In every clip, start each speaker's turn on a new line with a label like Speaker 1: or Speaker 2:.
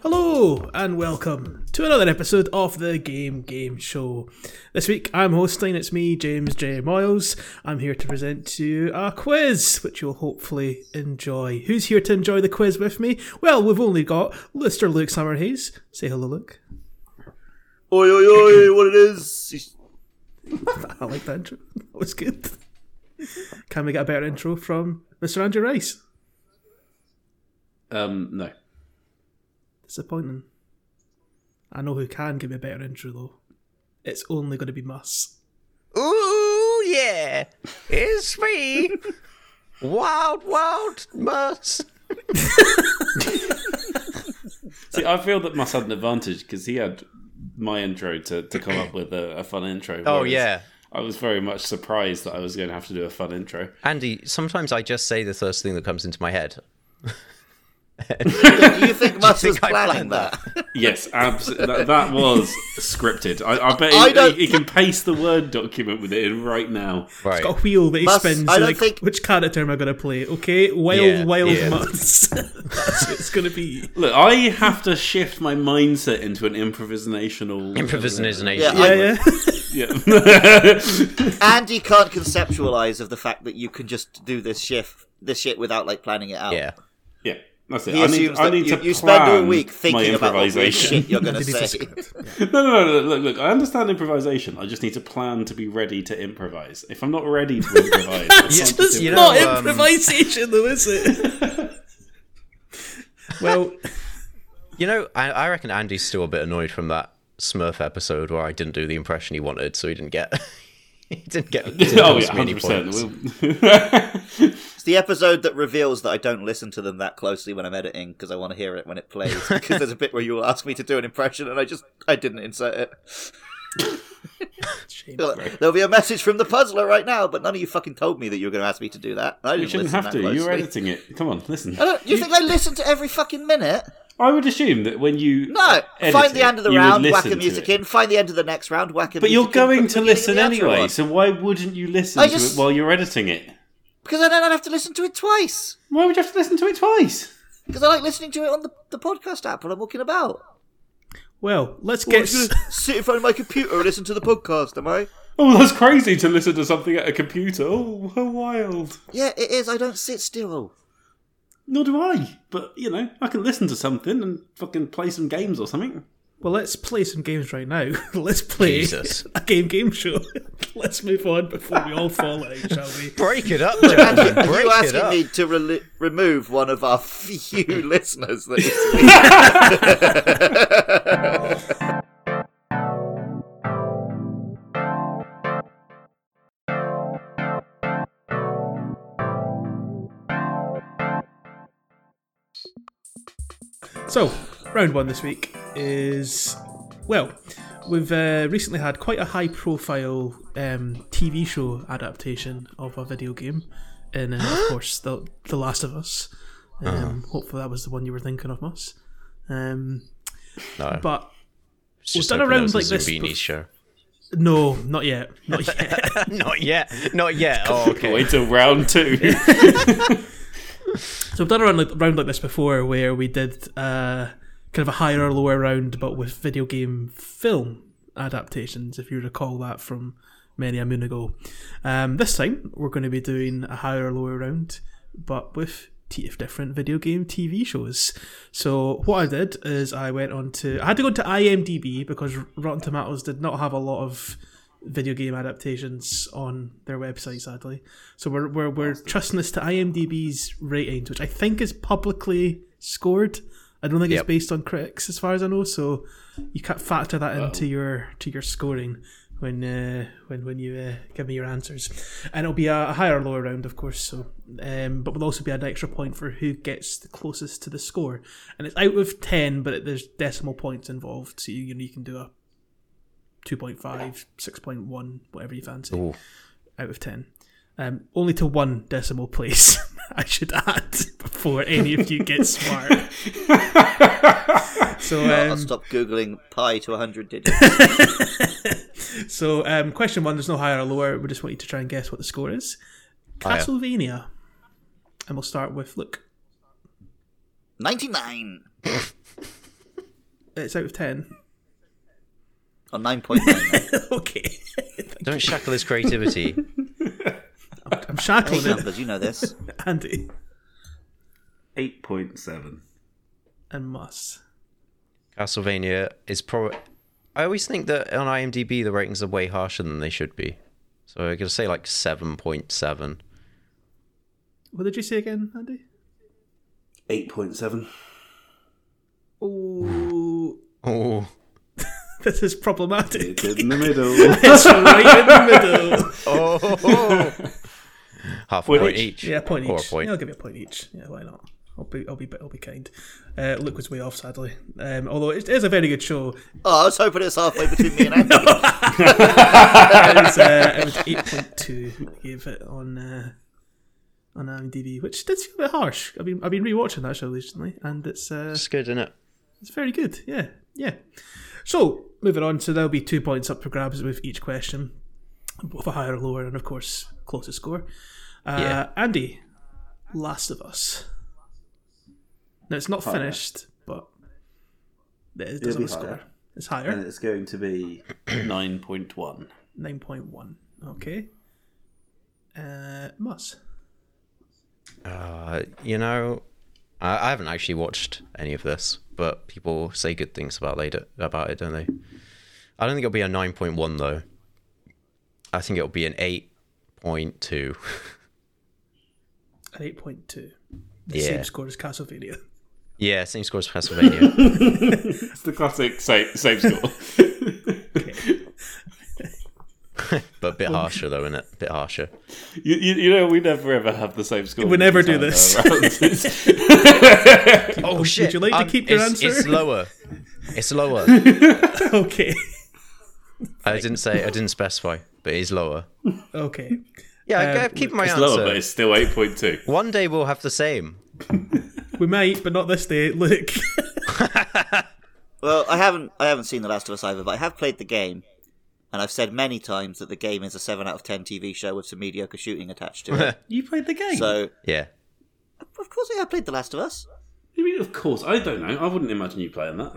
Speaker 1: Hello and welcome to another episode of the Game Game Show. This week I'm hosting, it's me, James J. Moyles. I'm here to present to you a quiz, which you'll hopefully enjoy. Who's here to enjoy the quiz with me? Well, we've only got Lister Luke Summerhays. Say hello, Luke.
Speaker 2: Oi, oi, oi, what it is?
Speaker 1: I like that intro. That was good. Can we get a better intro from Mr. Andrew Rice?
Speaker 3: Um, no.
Speaker 1: Disappointing. I know who can give me a better intro though. It's only going to be Muss.
Speaker 4: Ooh, yeah. It's me. wild, wild must.
Speaker 3: See, I feel that Mus had an advantage because he had my intro to, to come up with a, a fun intro.
Speaker 4: Oh,
Speaker 3: whereas
Speaker 4: yeah.
Speaker 3: I was very much surprised that I was going to have to do a fun intro.
Speaker 4: Andy, sometimes I just say the first thing that comes into my head.
Speaker 2: You think Matt was planning that?
Speaker 3: Yes, abs- that, that was scripted. I, I bet
Speaker 2: I
Speaker 3: he-
Speaker 2: don't-
Speaker 3: he, he can paste the Word document with it in right now.
Speaker 4: Right.
Speaker 1: Got a wheel that he
Speaker 2: Muss,
Speaker 1: spins.
Speaker 2: I
Speaker 1: and
Speaker 2: don't
Speaker 1: like,
Speaker 2: think-
Speaker 1: which character am I going to play? Okay, wild,
Speaker 4: Yeah,
Speaker 1: wild
Speaker 4: yeah.
Speaker 1: Muss. That's what it's going to be.
Speaker 3: Look, I have to shift my mindset into an improvisational.
Speaker 4: Improvisation.
Speaker 2: Yeah,
Speaker 1: Yeah,
Speaker 2: I-
Speaker 1: yeah.
Speaker 3: Yeah.
Speaker 2: Andy can't conceptualize of the fact that you can just do this shift, this shit without like planning it out.
Speaker 4: yeah.
Speaker 3: yeah. That's it.
Speaker 2: He
Speaker 3: I need,
Speaker 2: assumes
Speaker 3: I
Speaker 2: that
Speaker 3: need
Speaker 2: you,
Speaker 3: to
Speaker 2: you spend all
Speaker 3: plan
Speaker 2: week thinking
Speaker 3: my
Speaker 2: about what weird
Speaker 3: improvisation.
Speaker 2: shit you're going to
Speaker 1: Underneath the
Speaker 2: say.
Speaker 1: script.
Speaker 3: No, no, no, no, look, look, I understand improvisation. I just need to plan to be ready to improvise. If I'm not ready to improvise, I can't
Speaker 1: It's
Speaker 3: just
Speaker 1: just
Speaker 4: you know,
Speaker 1: not
Speaker 4: um,
Speaker 1: improvisation though, is it? well,
Speaker 4: You know, I, I reckon Andy's still a bit annoyed from that Smurf episode where I didn't do the impression he wanted, so he didn't get. he didn't get. he didn't
Speaker 3: Oh,
Speaker 4: give
Speaker 3: yeah,
Speaker 4: us many
Speaker 3: 100%.
Speaker 4: points.
Speaker 3: We'll-
Speaker 2: It's the episode that reveals that I don't listen to them that closely when I'm editing because I want to hear it when it plays. because there's a bit where you'll ask me to do an impression and I just I didn't insert it.
Speaker 1: shame.
Speaker 2: There'll be a message from the puzzler right now, but none of you fucking told me that you were going to ask me to do that. I didn't
Speaker 3: you shouldn't have
Speaker 2: listen that
Speaker 3: to. You're
Speaker 2: closely.
Speaker 3: editing it. Come on, listen.
Speaker 2: I don't- you think I listen to every fucking minute?
Speaker 3: I would assume that when you.
Speaker 2: No,
Speaker 3: edit
Speaker 2: find the
Speaker 3: it,
Speaker 2: end of the
Speaker 3: Uh, you would
Speaker 2: round, whack
Speaker 3: listen
Speaker 2: the
Speaker 3: to
Speaker 2: music
Speaker 3: it.
Speaker 2: in. Find the end of the next round, whack the
Speaker 3: But you're
Speaker 2: music in,
Speaker 3: going
Speaker 2: put
Speaker 3: to
Speaker 2: the beginning
Speaker 3: listen
Speaker 2: of the outro
Speaker 3: anyway,
Speaker 2: on.
Speaker 3: so why wouldn't you listen
Speaker 2: I
Speaker 3: to
Speaker 2: just-
Speaker 3: it while you're editing it?
Speaker 2: because I don't have to listen to it twice.
Speaker 3: Why would you have to listen to it twice?
Speaker 2: Because I like listening to it on the, the podcast app when I'm walking about.
Speaker 1: well, let's
Speaker 2: I'm
Speaker 1: get.
Speaker 2: just gonna sit in front of my computer and listen to the podcast. Am I?
Speaker 3: Oh, that's crazy to listen to something at a computer. Oh, how wild.
Speaker 2: Yeah, it is. I don't sit still.
Speaker 3: Nor do I. But you know, I can listen to something and fucking play some games or something.
Speaker 1: Well, let's play some games right now. let's play
Speaker 4: Jesus.
Speaker 1: a game game show. let's move on before we all fall out, shall we?
Speaker 4: Break it up, Jack.
Speaker 2: Are you- are
Speaker 4: Break
Speaker 2: you
Speaker 4: it
Speaker 2: asking
Speaker 4: up.
Speaker 2: me to rel remove one of our few listeners? That is-
Speaker 1: So, round one this week is well, we've uh, recently had quite a high-profile um, TV show adaptation of a video game, and uh, of course, the The Last of Us. Um, Hopefully, that was the one you were thinking of, Moss. Um,
Speaker 4: No,
Speaker 1: but
Speaker 4: it's just
Speaker 1: done
Speaker 4: hoping
Speaker 1: around
Speaker 4: that was a
Speaker 1: like this
Speaker 4: Zumbini
Speaker 1: bef-
Speaker 4: show.
Speaker 1: no, not yet, not yet.
Speaker 4: Not yet. Not yet. Oh, okay.
Speaker 3: Wait till round two.
Speaker 1: So I've done a round like, round like this before, where we did uh, kind of a higher or lower round, but with video game film adaptations. If you recall that from many a moon ago, um, this time we're going to be doing a higher or lower round, but with t- if different video game TV shows. So what I did is I went on to I had to go to IMDb because Rotten Tomatoes did not have a lot of video game adaptations on their website, sadly. So we're we're, we're trusting this to IMDb's ratings, which I think is publicly scored. I don't think
Speaker 4: Yep.
Speaker 1: it's based on critics, as far as I know. So you can't factor that into your to your scoring when uh, when when you uh, give me your answers. And it'll be a, a higher or lower round, of course. So, um, but will also be an extra point for who gets the closest to the score. And it's out of ten, but it, there's decimal points involved, so you you, know, you can do a 2.5, 6.1, whatever you fancy,
Speaker 4: Ooh.
Speaker 1: out of 10. Um, only to one decimal place, I should add, before any of you get smart. so,
Speaker 2: I'll
Speaker 1: um,
Speaker 2: stop googling pi to 100 digits.
Speaker 1: so um, question one, there's no higher or lower. We just want you to try and guess what the score is.
Speaker 4: Higher.
Speaker 1: Castlevania. And we'll start with, look,
Speaker 2: 99.
Speaker 1: it's out of ten.
Speaker 2: On nine point nine.
Speaker 1: okay.
Speaker 4: Don't shackle his creativity.
Speaker 1: I'm shackling
Speaker 2: Eight
Speaker 1: it,
Speaker 2: numbers, you know this.
Speaker 1: Andy
Speaker 3: Eight point seven.
Speaker 1: and Mus.
Speaker 4: Castlevania is probably. I always think that on IMDb the ratings are way harsher than they should be. So I'm gonna say like seven point seven.
Speaker 1: What did you say again, Andy?
Speaker 3: Eight point seven.
Speaker 1: Oh,
Speaker 4: Oh,
Speaker 1: this is problematic.
Speaker 3: It's in the middle.
Speaker 1: It's right in the middle.
Speaker 4: oh, half a
Speaker 3: Well,
Speaker 4: point
Speaker 3: each-
Speaker 4: each.
Speaker 1: Yeah, a point
Speaker 4: or
Speaker 1: each.
Speaker 4: a point.
Speaker 1: Yeah, I'll give you a point each. Yeah, why not? I'll be, I'll be, I'll be kind. Uh, Luke was way off, sadly. Um, although it is a very good show.
Speaker 2: Oh, I was hoping it was halfway between me and Andy.
Speaker 1: It was, uh, it was eight point two. I gave it on uh, on IMDb, which did feel a bit harsh. I've been I've been rewatching that show recently, and it's uh,
Speaker 4: That's good, isn't it?
Speaker 1: It's very good. Yeah, yeah. So moving on, so there'll be two points up for grabs with each question, both a higher or lower, and of course closest score. Uh,
Speaker 4: Yeah.
Speaker 1: Andy, Last of Us. Now it's not
Speaker 3: Higher.
Speaker 1: finished, but it
Speaker 3: It'll
Speaker 1: doesn't
Speaker 3: be
Speaker 1: score.
Speaker 3: higher. Uh,
Speaker 1: It's
Speaker 3: and
Speaker 1: higher,
Speaker 3: it's going to be nine point one.
Speaker 1: nine point one. Okay. Uh, Mus.
Speaker 4: Uh, you know, I, I haven't actually watched any of this, but people say good things about later about it, don't they? I don't think it'll be a nine point one though. I think it'll be an eight point two.
Speaker 1: An eight point two. The
Speaker 4: Yeah.
Speaker 1: same score as Castlevania.
Speaker 4: Yeah, same score as Pennsylvania.
Speaker 3: It's the classic same same score.
Speaker 4: but a bit harsher though, innit? Bit harsher.
Speaker 3: you, you, you know we never ever have the same score. uh,
Speaker 1: We never do
Speaker 3: this.
Speaker 4: Oh shit!
Speaker 1: you like to keep your
Speaker 4: it's, It's
Speaker 1: answer?
Speaker 4: lower. It's lower.
Speaker 1: okay.
Speaker 4: I didn't say. I didn't specify, but it is lower.
Speaker 1: Okay.
Speaker 4: Yeah, I-
Speaker 1: Um,
Speaker 4: I keep my
Speaker 3: It's
Speaker 4: answer.
Speaker 3: lower, but it's still eight point two.
Speaker 4: One day we'll have the same.
Speaker 1: We might, but not this day. Look.
Speaker 2: Well, I haven't I haven't seen The Last of Us either, but I have played the game, and I've said many times that the game is a seven out of ten TV show with some mediocre shooting attached to it.
Speaker 1: You played the game.
Speaker 2: so,
Speaker 4: Yeah.
Speaker 2: of course, yeah, I played The Last of Us.
Speaker 3: I mean, of course, I don't know. I wouldn't imagine you playing that.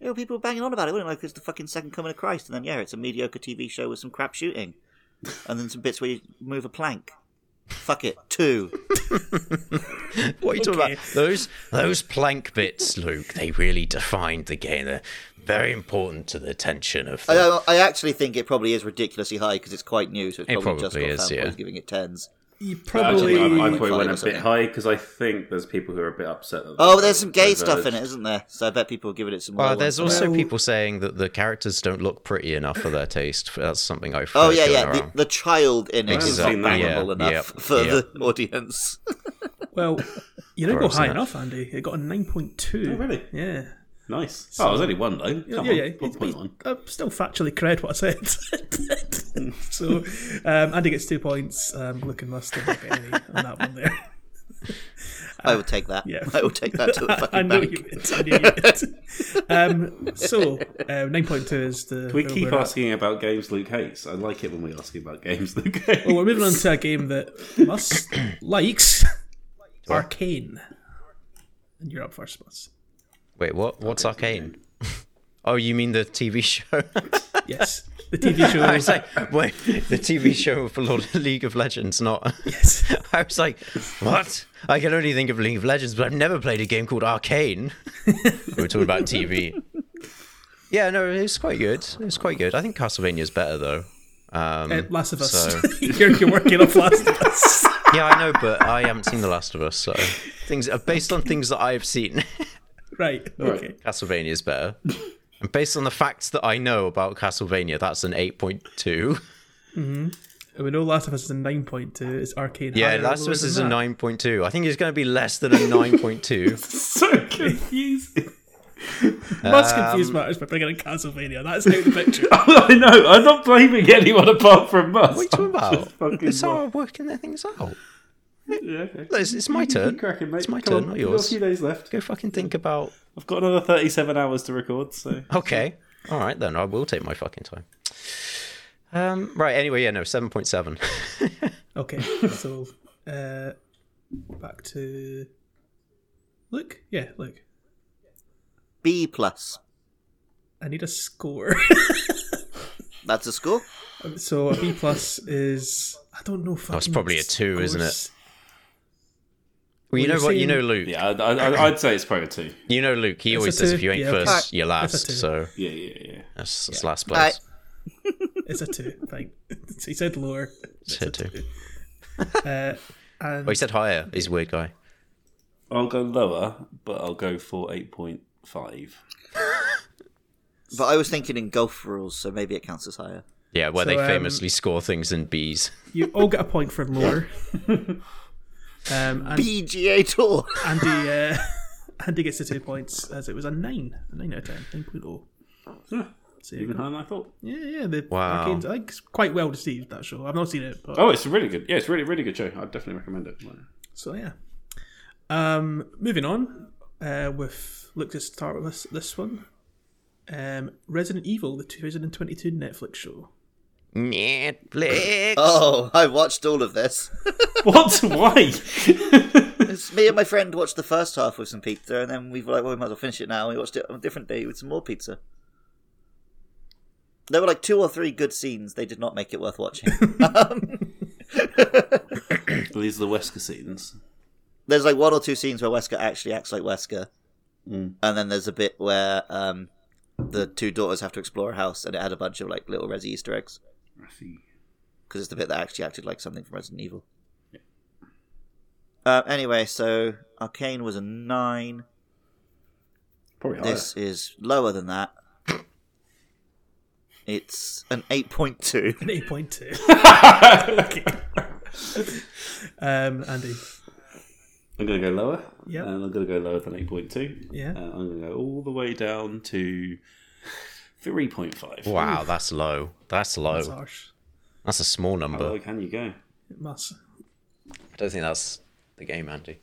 Speaker 2: You know, people were banging on about it, wouldn't they? Like it's the fucking second coming of Christ, and then yeah, it's a mediocre TV show with some crap shooting, and then some bits where you move a plank. Fuck it, two.
Speaker 4: What are you talking
Speaker 1: Okay.
Speaker 4: about? Those those plank bits, Luke. They really defined the game. They're very important to the tension of.
Speaker 2: I,
Speaker 4: The,
Speaker 2: I- I actually think it probably is ridiculously high because it's quite new, so it's
Speaker 4: It
Speaker 2: probably, just
Speaker 4: probably
Speaker 2: got
Speaker 4: is,
Speaker 2: fanboys
Speaker 4: yeah.
Speaker 2: giving it tens.
Speaker 1: You probably.
Speaker 3: Actually, I, I
Speaker 2: Five
Speaker 3: probably
Speaker 2: or
Speaker 3: went a bit
Speaker 2: something.
Speaker 3: high because I think there's people who are a bit upset. That
Speaker 2: Oh, but there's some gay
Speaker 3: they've
Speaker 2: stuff in
Speaker 3: urged-
Speaker 2: it, isn't there? So I bet people are giving it some.
Speaker 4: well,
Speaker 2: lower
Speaker 4: there's
Speaker 2: ones than
Speaker 4: also
Speaker 1: Well-
Speaker 4: people saying that the characters don't look pretty enough for their taste. That's something I've.
Speaker 2: that. Oh
Speaker 4: heard
Speaker 2: yeah,
Speaker 4: going
Speaker 2: yeah. The,
Speaker 4: around.
Speaker 2: the child in it
Speaker 4: Exactly,
Speaker 2: is not
Speaker 3: yeah,
Speaker 2: memorable enough
Speaker 4: yep,
Speaker 2: for
Speaker 4: yep.
Speaker 2: the audience.
Speaker 1: well, you didn't go
Speaker 4: Gross,
Speaker 1: high
Speaker 4: innit?
Speaker 1: enough, Andy. It got a nine point two.
Speaker 3: Oh, really?
Speaker 1: Yeah.
Speaker 3: Nice. oh, there's only one though. Come
Speaker 1: yeah,
Speaker 3: on,
Speaker 1: yeah.
Speaker 3: one
Speaker 1: It's-
Speaker 3: point one.
Speaker 1: I still factually cred what I said. so, um, Andy gets two points. Um, Luke and Musk don't get any on that one there.
Speaker 2: I would take that.
Speaker 1: yeah.
Speaker 2: I would take that to the fucking
Speaker 1: I know
Speaker 2: bank.
Speaker 1: you would. I knew you would. um, so, uh, nine point two is the.
Speaker 3: We
Speaker 1: where
Speaker 3: keep
Speaker 1: we're at.
Speaker 3: asking about games Luke hates. I like it when we ask about games Luke hates.
Speaker 1: Well, we're moving on to a game that Musk likes, Arcane. And you're up first, Musk.
Speaker 4: Wait, what? What's Arcane? oh, you mean the TV show?
Speaker 1: Yes, the TV show.
Speaker 4: I was like, wait, the TV show for Lord League of Legends, not.
Speaker 1: yes.
Speaker 4: I was like, what? I can only think of League of Legends, but I've never played a game called Arcane. we were talking about TV. Yeah, no, it's quite good. It's quite good. I think Castlevania's better though. Um,
Speaker 1: Uh, Last of Us.
Speaker 4: So-
Speaker 1: you're, you're working off Last of Us.
Speaker 4: yeah, I know, but I haven't seen The Last of Us, so things uh, based on things that I've seen,
Speaker 1: Right. Okay.
Speaker 4: Castlevania's better. And based on the facts that I know about Castlevania, that's an eight point two.
Speaker 1: And we know Last of Us is a 9.2. It's Arcane.
Speaker 4: Yeah,
Speaker 1: higher or
Speaker 4: Last of
Speaker 1: lower
Speaker 4: Us
Speaker 1: than
Speaker 4: is a
Speaker 1: that?
Speaker 4: nine point two. I think it's going to be less than a nine point two.
Speaker 3: so confusing.
Speaker 1: Must
Speaker 4: Um,
Speaker 1: confuse matters by bringing in Castlevania. That's out the picture.
Speaker 3: I know. I'm not blaming anyone apart from Musk.
Speaker 4: What are you talking about?
Speaker 3: fucking
Speaker 4: It's how
Speaker 3: wrong.
Speaker 4: I'm working their things out.
Speaker 3: Yeah, okay.
Speaker 4: It's, it's my turn.
Speaker 3: Keep cracking, mate.
Speaker 4: It's my
Speaker 3: Come
Speaker 4: turn,
Speaker 3: on.
Speaker 4: not
Speaker 3: You've got
Speaker 4: yours.
Speaker 3: A few days left.
Speaker 4: Go fucking think about.
Speaker 3: I've got another 37 hours to record, so
Speaker 4: Okay. All right then. I will take my fucking time. Um. Right. Anyway. Yeah. No. Seven point seven.
Speaker 1: Okay. So, uh, back to. Luke? Yeah, Luke.
Speaker 2: B plus.
Speaker 1: I need a score.
Speaker 2: That's a score.
Speaker 1: so a B plus is I don't know.
Speaker 4: it's
Speaker 1: fucking
Speaker 4: probably a two, isn't it?
Speaker 1: scores.
Speaker 4: Well, you
Speaker 1: Well,
Speaker 4: know
Speaker 1: you've
Speaker 4: what? You
Speaker 1: seen-
Speaker 4: know Luke.
Speaker 3: Yeah, I'd, I'd, I'd say it's probably a two.
Speaker 4: You know Luke. He
Speaker 1: It's
Speaker 4: always
Speaker 1: a
Speaker 4: says
Speaker 1: two.
Speaker 4: if you ain't
Speaker 1: Yeah, okay.
Speaker 4: first, you're
Speaker 1: It's a
Speaker 4: last.
Speaker 1: two.
Speaker 4: So
Speaker 3: Yeah, yeah, yeah.
Speaker 4: that's, that's last place.
Speaker 2: Alright.
Speaker 1: It's a two. Fine. he said lower. It's
Speaker 4: said two.
Speaker 1: Uh, and
Speaker 4: Well, he said higher. He's a weird guy.
Speaker 3: I'll go lower, but I'll go for eight point five.
Speaker 2: But I was thinking in golf rules, so maybe it counts as higher.
Speaker 4: Yeah, where
Speaker 1: So,
Speaker 4: they
Speaker 1: um,
Speaker 4: famously score things in Bs.
Speaker 1: you all get a point for lower. um, and
Speaker 2: PGA Tour.
Speaker 1: Andy, uh, Andy gets the two points as it was a nine, a nine out of ten, nine point oh. So, yeah,
Speaker 3: Even higher than I thought.
Speaker 1: yeah, the
Speaker 4: Wow.
Speaker 1: Arcane's- I think it's quite well received that show. I've not seen it, but
Speaker 3: Oh, it's really good. Yeah, it's really really good show. I'd definitely recommend it.
Speaker 1: so yeah. Um, moving on, uh, with look to start with this, this one, um, Resident Evil, the 2022 Netflix show.
Speaker 4: Netflix.
Speaker 2: Oh, I watched all of this.
Speaker 3: What? Why?
Speaker 2: It's me and my friend watched the first half with some pizza, and then we were like, well, we might as well finish it now. And we watched it on a different day with some more pizza. There were like two or three good scenes. They did not make it worth watching.
Speaker 3: These are the Wesker scenes.
Speaker 2: there's like one or two scenes where Wesker actually acts like Wesker,
Speaker 3: Mm.
Speaker 2: and then there's a bit where um, the two daughters have to explore a house, and it had a bunch of like little Resi Easter eggs
Speaker 3: I see.
Speaker 2: because it's the bit that actually acted like something from Resident Evil. Uh, anyway, so Arcane was a nine.
Speaker 3: Probably higher.
Speaker 2: This is lower than that. It's an 8.2.
Speaker 1: An eight point two. um, Andy,
Speaker 3: I'm gonna go lower.
Speaker 1: Yep.
Speaker 3: and I'm gonna go lower than eight point two.
Speaker 1: Yeah.
Speaker 4: Uh,
Speaker 3: and Uh, I'm gonna go all the way down to three point five.
Speaker 4: Wow, that's low. That's low.
Speaker 1: it's
Speaker 4: That's,
Speaker 1: harsh.
Speaker 4: a small
Speaker 3: How
Speaker 4: number.
Speaker 3: low can you go?
Speaker 1: It must.
Speaker 4: I don't think that's the game, Andy.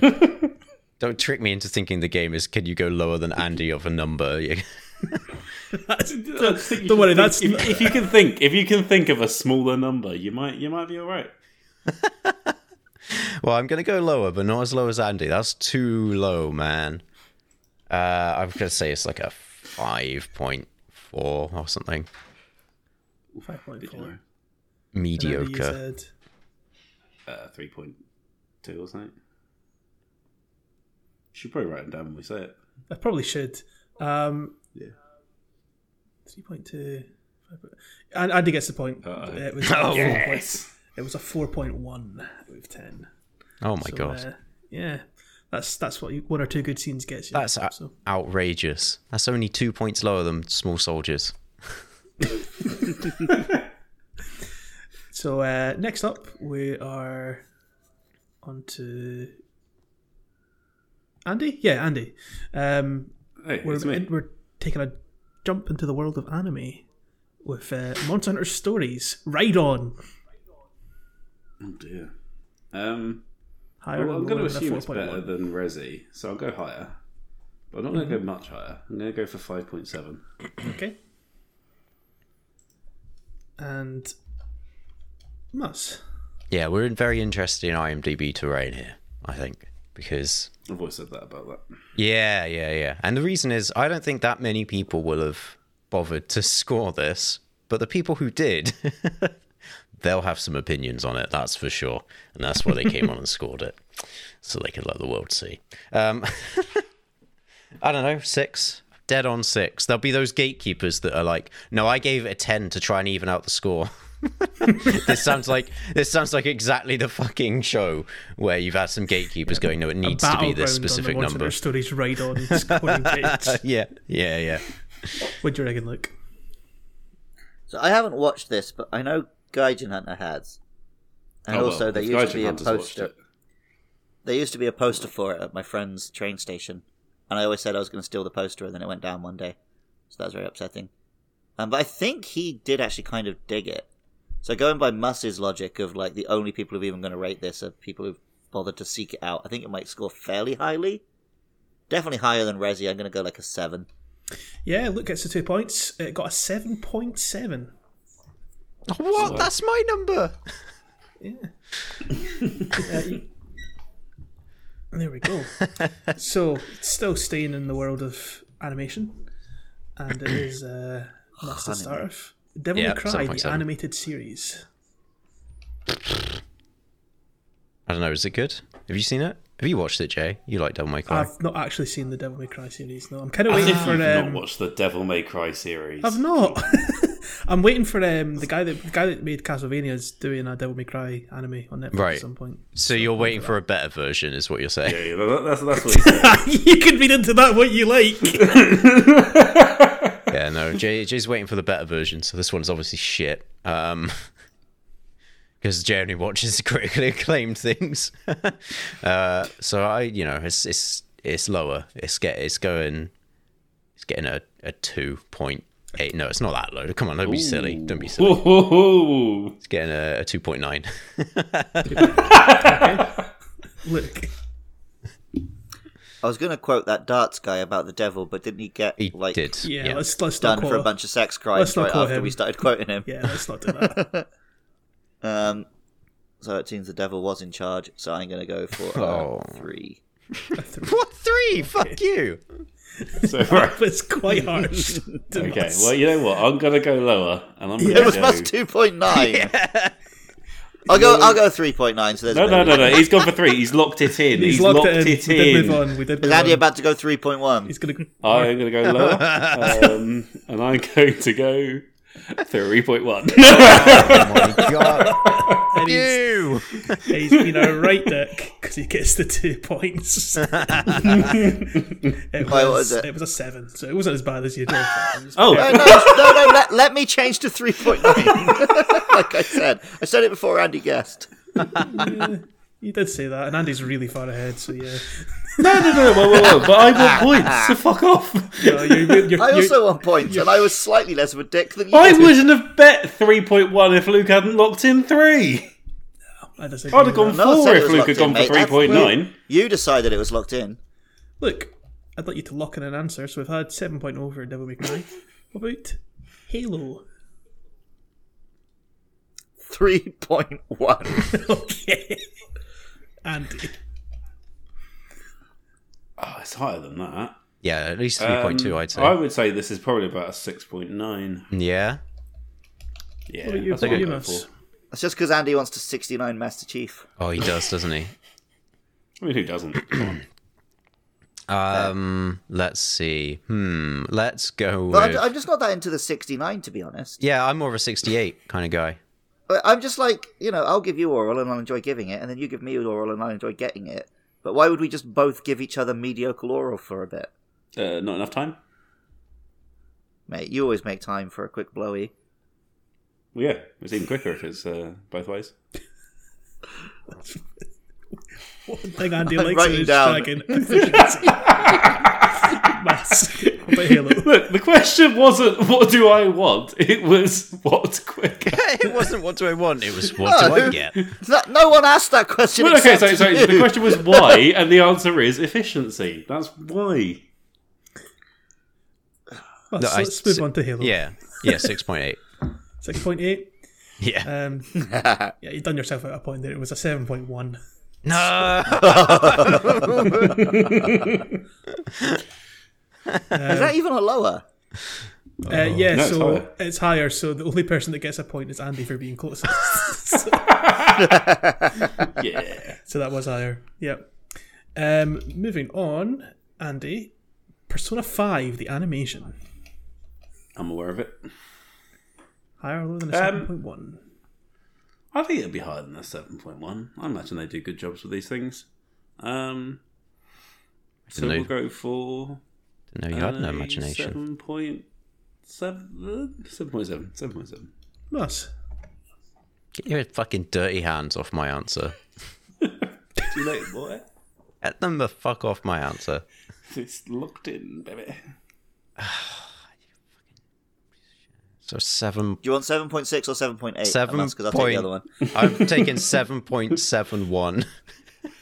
Speaker 4: don't trick me into thinking the game is can you go lower than Andy of a number? Yeah.
Speaker 1: Don't worry, that's
Speaker 3: if, if you can think if you can think of a smaller number, you might you might be all right.
Speaker 4: well, I'm going to go lower, but not as low as Andy. That's too low, man. Uh, I'm going to say it's like a 5.4 or something.
Speaker 1: five point four.
Speaker 4: Mediocre.
Speaker 3: Uh, three point two or something. Should probably write them down when we say it.
Speaker 1: I probably should. Um,
Speaker 3: Yeah.
Speaker 1: Three point two. And Andy gets the point.
Speaker 3: Uh-oh.
Speaker 1: It was,
Speaker 4: Oh,
Speaker 1: a four point,
Speaker 3: Yes.
Speaker 1: it was a four point one out of ten.
Speaker 4: oh my
Speaker 1: So,
Speaker 4: god.
Speaker 1: uh, yeah, that's that's what you, one or two good scenes gets you.
Speaker 4: That's
Speaker 1: so.
Speaker 4: ou- outrageous. That's only two points lower than Small Soldiers.
Speaker 1: So uh, next up, we are on to Andy. Yeah, Andy. Um,
Speaker 3: Hey,
Speaker 1: we're
Speaker 3: it's me.
Speaker 1: in- we're taking a jump into the world of anime with uh, Monster Hunter Stories. Ride on.
Speaker 3: Oh dear. Um,
Speaker 1: Higher
Speaker 3: well,
Speaker 1: or
Speaker 3: I'm
Speaker 1: lower
Speaker 3: going to
Speaker 1: than a
Speaker 3: assume it's
Speaker 1: 4.1?
Speaker 3: better than Resi, so I'll go higher. But I'm not going to
Speaker 2: Mm-hmm.
Speaker 3: go much higher. I'm going to go for five point seven.
Speaker 1: Okay. And Mus.
Speaker 4: Yeah, we're in very interested in IMDb terrain here, I think, because
Speaker 3: I've always said that about that.
Speaker 4: yeah, yeah, yeah. And the reason is I don't think that many people will have bothered to score this, but the people who did, they'll have some opinions on it, that's for sure. And that's why they came on and scored it, so they could let the world see. Um, I don't know, six. Dead on six. There'll be those gatekeepers that are like, no, I gave it a ten to try and even out the score. this sounds like this sounds like exactly the fucking show where you've had some gatekeepers going, no, it needs to be
Speaker 1: Battleground
Speaker 4: this
Speaker 1: on
Speaker 4: specific
Speaker 1: the Monster
Speaker 4: number.
Speaker 1: Hunter Stories Ride on scoring page.
Speaker 4: Yeah, yeah, yeah.
Speaker 1: What do you reckon, Luke?
Speaker 2: So I haven't watched this, but I know Gaijin Hunter has. And
Speaker 3: Oh,
Speaker 2: also,
Speaker 3: well,
Speaker 2: there
Speaker 3: if
Speaker 2: used to
Speaker 3: Gaijin
Speaker 2: be a
Speaker 3: Hunter's watched
Speaker 2: poster.
Speaker 3: it.
Speaker 2: There used to be a poster for it at my friend's train station, and I always said I was going to steal the poster, and then it went down one day, so that was very upsetting. Um, but I think he did actually kind of dig it. So going by Muss's logic of like the only people who've even going to rate this are people who've bothered to seek it out, I think it might score fairly highly. Definitely higher than Resi. I'm going to go like a seven.
Speaker 1: Yeah, Luke gets the two points. It got a 7.7.
Speaker 4: What? That's my number.
Speaker 1: Yeah. Uh, you- There we go. so, still staying in the world of animation, and it is uh, Master Starf. Devil May
Speaker 4: Yeah,
Speaker 1: Cry, the
Speaker 4: 7.7.
Speaker 1: animated series.
Speaker 4: I don't know. Is it good? Have you seen it? Have you watched it, Jay? You like Devil May Cry?
Speaker 1: I've not actually seen the Devil May Cry series. No, I'm kind of waiting for.
Speaker 3: You've
Speaker 1: Um,
Speaker 3: not watched the Devil May Cry series.
Speaker 1: I've not. I'm waiting for um, the guy that the guy that made Castlevania is doing a Devil May Cry anime on Netflix
Speaker 4: Right.
Speaker 1: at some point.
Speaker 4: so you're waiting for a better version, is what you're saying?
Speaker 3: Yeah, yeah, that- that's, that's what he said.
Speaker 1: you can read into that what you like.
Speaker 4: Yeah, no. Jay, Jay's waiting for the better version, so this one's obviously shit. Um, because Jay only watches critically acclaimed things. uh, so I, you know, it's it's it's lower. It's get it's going. It's getting a a two point eight. No, it's not that low. Come on, don't be silly. Don't be silly.
Speaker 3: Whoa.
Speaker 4: It's getting a, a two point nine.
Speaker 1: Look,
Speaker 2: I was going to quote that darts guy about the devil, but didn't he get
Speaker 4: He
Speaker 2: like
Speaker 4: did.
Speaker 1: yeah, let's let's not
Speaker 2: done
Speaker 1: quote.
Speaker 2: for a bunch of sex
Speaker 1: Let's
Speaker 2: crimes
Speaker 1: not
Speaker 2: right
Speaker 1: quote
Speaker 2: after
Speaker 1: him.
Speaker 2: we started quoting him?
Speaker 1: yeah, let's not do that.
Speaker 2: Um, so it seems the devil was in charge. So I'm going to go for uh,
Speaker 4: Oh.
Speaker 2: three.
Speaker 4: What three? Fuck you.
Speaker 3: So, right.
Speaker 1: it's quite harsh.
Speaker 3: Okay, well, you know what? I'm gonna go lower, and I'm gonna
Speaker 2: It was
Speaker 3: go.
Speaker 2: plus two point nine. I'll go. I'll go three point nine. So there's
Speaker 3: No,
Speaker 2: a
Speaker 3: no,
Speaker 2: better
Speaker 3: no,
Speaker 2: one.
Speaker 3: no. He's gone for three. He's locked it in. He's,
Speaker 1: He's locked, it in. We did move on. We did.
Speaker 2: Is
Speaker 1: Move
Speaker 2: Andy
Speaker 1: on.
Speaker 2: about to go three point one?
Speaker 1: He's gonna.
Speaker 3: I'm gonna go lower, um, and I'm going to go three point one.
Speaker 4: Oh my god.
Speaker 1: and he's,
Speaker 4: you.
Speaker 1: he's been a right dick because he gets the two points. it, was,
Speaker 2: Why, what was it?
Speaker 1: it was a seven, so it wasn't as bad as you did.
Speaker 2: No,
Speaker 3: Oh,
Speaker 2: no, no, no let, let me change to three point nine. like I said, I said it before Andy guessed.
Speaker 1: You did say that, and Andy's really far ahead. So yeah,
Speaker 3: no, no, no, whoa, whoa, whoa. But I want points, so fuck off.
Speaker 1: No, you're- you're- you're-
Speaker 2: I also won points, and I was slightly less of a dick than you.
Speaker 3: I
Speaker 2: two.
Speaker 3: wouldn't have bet three point one if Luke hadn't locked in three.
Speaker 1: I uh, disagree
Speaker 3: I'd have
Speaker 1: with
Speaker 3: gone
Speaker 1: that.
Speaker 2: No, I
Speaker 3: four
Speaker 2: said it
Speaker 3: if
Speaker 2: was
Speaker 3: Luke
Speaker 2: locked
Speaker 3: had
Speaker 2: in,
Speaker 3: gone for
Speaker 2: mate.
Speaker 3: three
Speaker 2: That's
Speaker 3: point nine.
Speaker 2: You decided it was locked in.
Speaker 1: Look, I'd like you to lock in an answer. So we've had 7.0 for Devil May Cry. what about Halo?
Speaker 2: Three point one.
Speaker 1: okay. Andy.
Speaker 3: Oh, it's higher than that.
Speaker 4: Yeah, at least three point two.
Speaker 3: Um,
Speaker 4: I'd say.
Speaker 3: I would say this is probably about a six point nine.
Speaker 4: Yeah.
Speaker 3: Yeah,
Speaker 1: about you,
Speaker 3: that's what I'm going
Speaker 1: Behemoth?
Speaker 3: for.
Speaker 2: That's just because Andy wants to sixty nine Master Chief.
Speaker 4: Oh, he does, doesn't he?
Speaker 3: I mean, who doesn't?
Speaker 4: Um, let's see. Hmm, let's go
Speaker 2: But
Speaker 4: with.
Speaker 2: I'm, I'm just not that into the sixty nine, to be honest.
Speaker 4: yeah, I'm more of a 68 kind of guy.
Speaker 2: I- I'm just like, you know, I'll give you oral and I'll enjoy giving it, and then you give me oral and I'll enjoy getting it. But why would we just both give each other mediocre oral for a bit?
Speaker 3: Uh, not enough time.
Speaker 2: Mate, you always make time for a quick blowy.
Speaker 3: Well, yeah, it's even quicker if it's uh, both ways.
Speaker 1: One thing Andy
Speaker 2: I'm
Speaker 1: likes
Speaker 2: writing
Speaker 1: is
Speaker 2: down.
Speaker 1: dragon efficiency. Mass. What about Halo?
Speaker 3: Look, the question wasn't what do I want. It was what's quicker.
Speaker 4: it wasn't what do I want, it was what do I
Speaker 2: No.
Speaker 4: get?
Speaker 2: No, no one asked that question.
Speaker 3: Well, okay,
Speaker 2: except
Speaker 3: so, so
Speaker 2: you.
Speaker 3: the question was why, and the answer is efficiency. That's why.
Speaker 1: Well,
Speaker 4: No,
Speaker 1: so
Speaker 4: I-
Speaker 1: let's move on to Halo.
Speaker 4: Yeah, yeah, 6.8.
Speaker 1: 6.8.
Speaker 4: Yeah.
Speaker 1: Um, yeah, you've done yourself out a point there. It was a 7.1.
Speaker 4: no!
Speaker 2: Is that even a lower?
Speaker 4: Oh.
Speaker 1: Uh, yeah,
Speaker 3: No, it's
Speaker 1: so
Speaker 3: higher.
Speaker 1: it's higher. So the only person that gets a point is Andy for being closest. so,
Speaker 3: Yeah.
Speaker 1: so that was higher. Yep. Um, moving on, Andy. Persona 5, the animation.
Speaker 3: I'm aware of it.
Speaker 1: Higher or lower than a
Speaker 3: Um,
Speaker 1: 7.1?
Speaker 3: I think it'd be higher than a 7.1. I imagine they do good jobs with these things. Um, so
Speaker 4: Didn't they-
Speaker 3: we'll go for
Speaker 4: No, you had no
Speaker 3: a
Speaker 4: imagination.
Speaker 3: 7.7? 7.7. 7.7.
Speaker 1: Plus.
Speaker 4: Get your fucking dirty hands off my answer.
Speaker 3: Too late, boy.
Speaker 4: Get them the fuck off my answer.
Speaker 3: It's locked in, baby.
Speaker 4: So 7.
Speaker 2: Do you want 7.6 or 7.8? And
Speaker 4: Seven
Speaker 2: that's 'cause I'll take
Speaker 4: point-
Speaker 2: the other one.
Speaker 4: I've taken 7.71.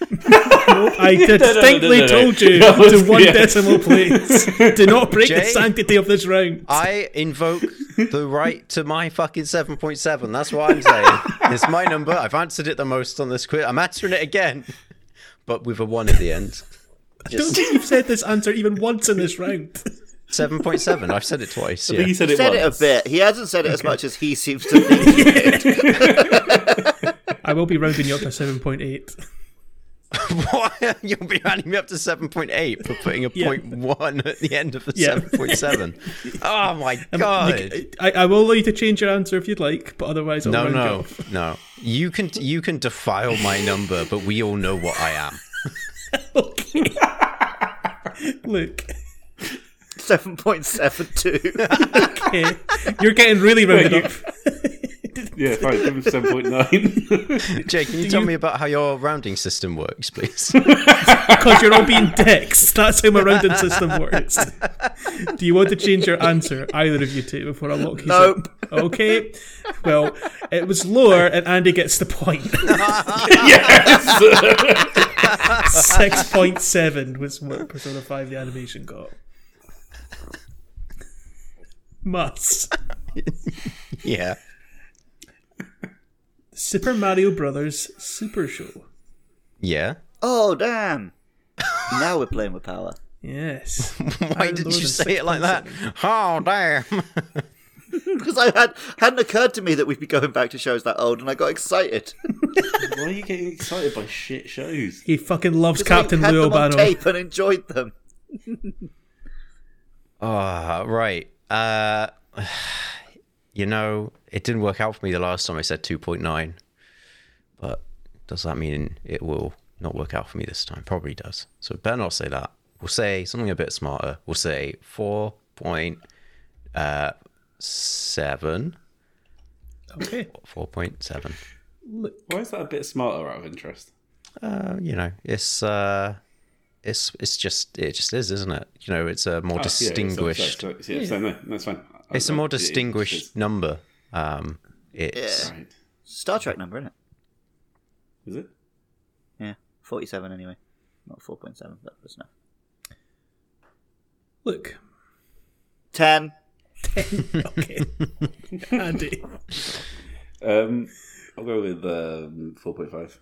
Speaker 1: I distinctly
Speaker 3: no, no, no.
Speaker 1: told you
Speaker 3: That was-
Speaker 1: to one
Speaker 3: yeah.
Speaker 1: decimal place. Do not break the
Speaker 4: Jay?
Speaker 1: sanctity of this round.
Speaker 4: I invoke the right to my fucking 7.7. That's what I'm saying. it's my number. I've answered it the most on this quiz. I'm answering it again. but with a one at the end.
Speaker 1: I don't think you've said this answer even once in this round.
Speaker 4: Seven point seven. I've said it twice.
Speaker 3: I think
Speaker 4: Yeah.
Speaker 3: he said it
Speaker 2: said it a
Speaker 3: once.
Speaker 2: bit. He hasn't said it as much as he seems to think.
Speaker 1: I will be rounding you up to 7.8.
Speaker 4: Why you'll be adding me up to seven point eight for putting a
Speaker 1: Yeah.
Speaker 4: point one at the end of a
Speaker 1: Yeah. uh,
Speaker 4: seven point seven? Oh my
Speaker 1: You
Speaker 4: god!
Speaker 1: c- I, I will allow you to change your answer if you'd like, but otherwise, I'll
Speaker 4: no,
Speaker 1: round you
Speaker 4: no,
Speaker 1: up.
Speaker 4: no. You can you can defile my number, but we all know what I am.
Speaker 1: Look,
Speaker 2: Seven point seven two.
Speaker 1: okay, you're getting really rounded
Speaker 3: you-
Speaker 1: up.
Speaker 3: Yeah, fine. Give him seven point nine.
Speaker 4: Jake, can you tell me about how your rounding system works, please?
Speaker 1: Because you're all being dicks. That's how my rounding system works. Do you want to change your answer, either of you two, before I lock you
Speaker 2: Nope.
Speaker 1: up? Okay. Well, it was lower, and Andy gets the point.
Speaker 3: yes.
Speaker 1: 6.7 was what Persona 5 the animation got. Must.
Speaker 4: yeah.
Speaker 1: Super Mario Brothers Super Show.
Speaker 4: Yeah.
Speaker 2: oh damn! Now we're playing with power.
Speaker 1: Yes.
Speaker 4: Why
Speaker 1: Iron
Speaker 4: did
Speaker 1: Lord
Speaker 4: you
Speaker 1: and
Speaker 4: say it like that? Oh damn!
Speaker 2: Because I had hadn't occurred to me that we'd be going back to shows that old, and I got excited.
Speaker 3: Why are you getting excited by shit shows?
Speaker 1: He fucking loves
Speaker 2: 'Cause
Speaker 1: Captain
Speaker 2: I had
Speaker 1: Lou
Speaker 2: them on
Speaker 1: Albano.
Speaker 2: tape and enjoyed them.
Speaker 4: Ah, right. Uh, you know, it didn't work out for me the last time I said 2.9. But does that mean it will not work out for me this time? Probably does. So better not say that. We'll say something a bit smarter. We'll say uh, 4.7.
Speaker 1: Okay.
Speaker 4: 4.7.
Speaker 3: Why is that a bit smarter out of interest?
Speaker 4: Uh, you know, it's uh, it's it's just it just is, isn't it? You know, it's a more
Speaker 3: Oh, yeah, it's-
Speaker 4: distinguished.
Speaker 3: it's- it's- it's- no, that's fine.
Speaker 4: It's a more
Speaker 3: It- it-
Speaker 4: distinguished
Speaker 3: it's-
Speaker 4: number. Um, it's
Speaker 2: Yeah.
Speaker 3: Right.
Speaker 2: Star Trek number, isn't it?
Speaker 3: Is it?
Speaker 2: Yeah, forty-seven anyway. Not four point seven. That was enough.
Speaker 1: Look.
Speaker 2: Ten.
Speaker 1: Okay. Andy.
Speaker 3: Um, I'll go with um, 4.5.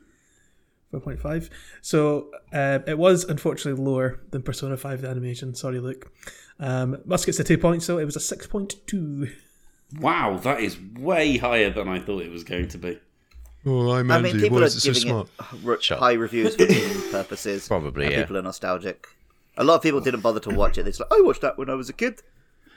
Speaker 1: 4.5. So uh, it was unfortunately lower than Persona 5 the animation. Sorry, Luke. Um, Musk gets the two points, so it was a 6.2.
Speaker 3: Wow, that is way higher than I thought it was going to be.
Speaker 4: Well, I'm
Speaker 2: I mean, people are giving it r-
Speaker 4: Shut up.
Speaker 2: high reviews for meme purposes.
Speaker 4: Probably,
Speaker 2: and
Speaker 4: yeah.
Speaker 2: People are nostalgic. A lot of people didn't bother to watch it. It's like I watched that when I was a kid,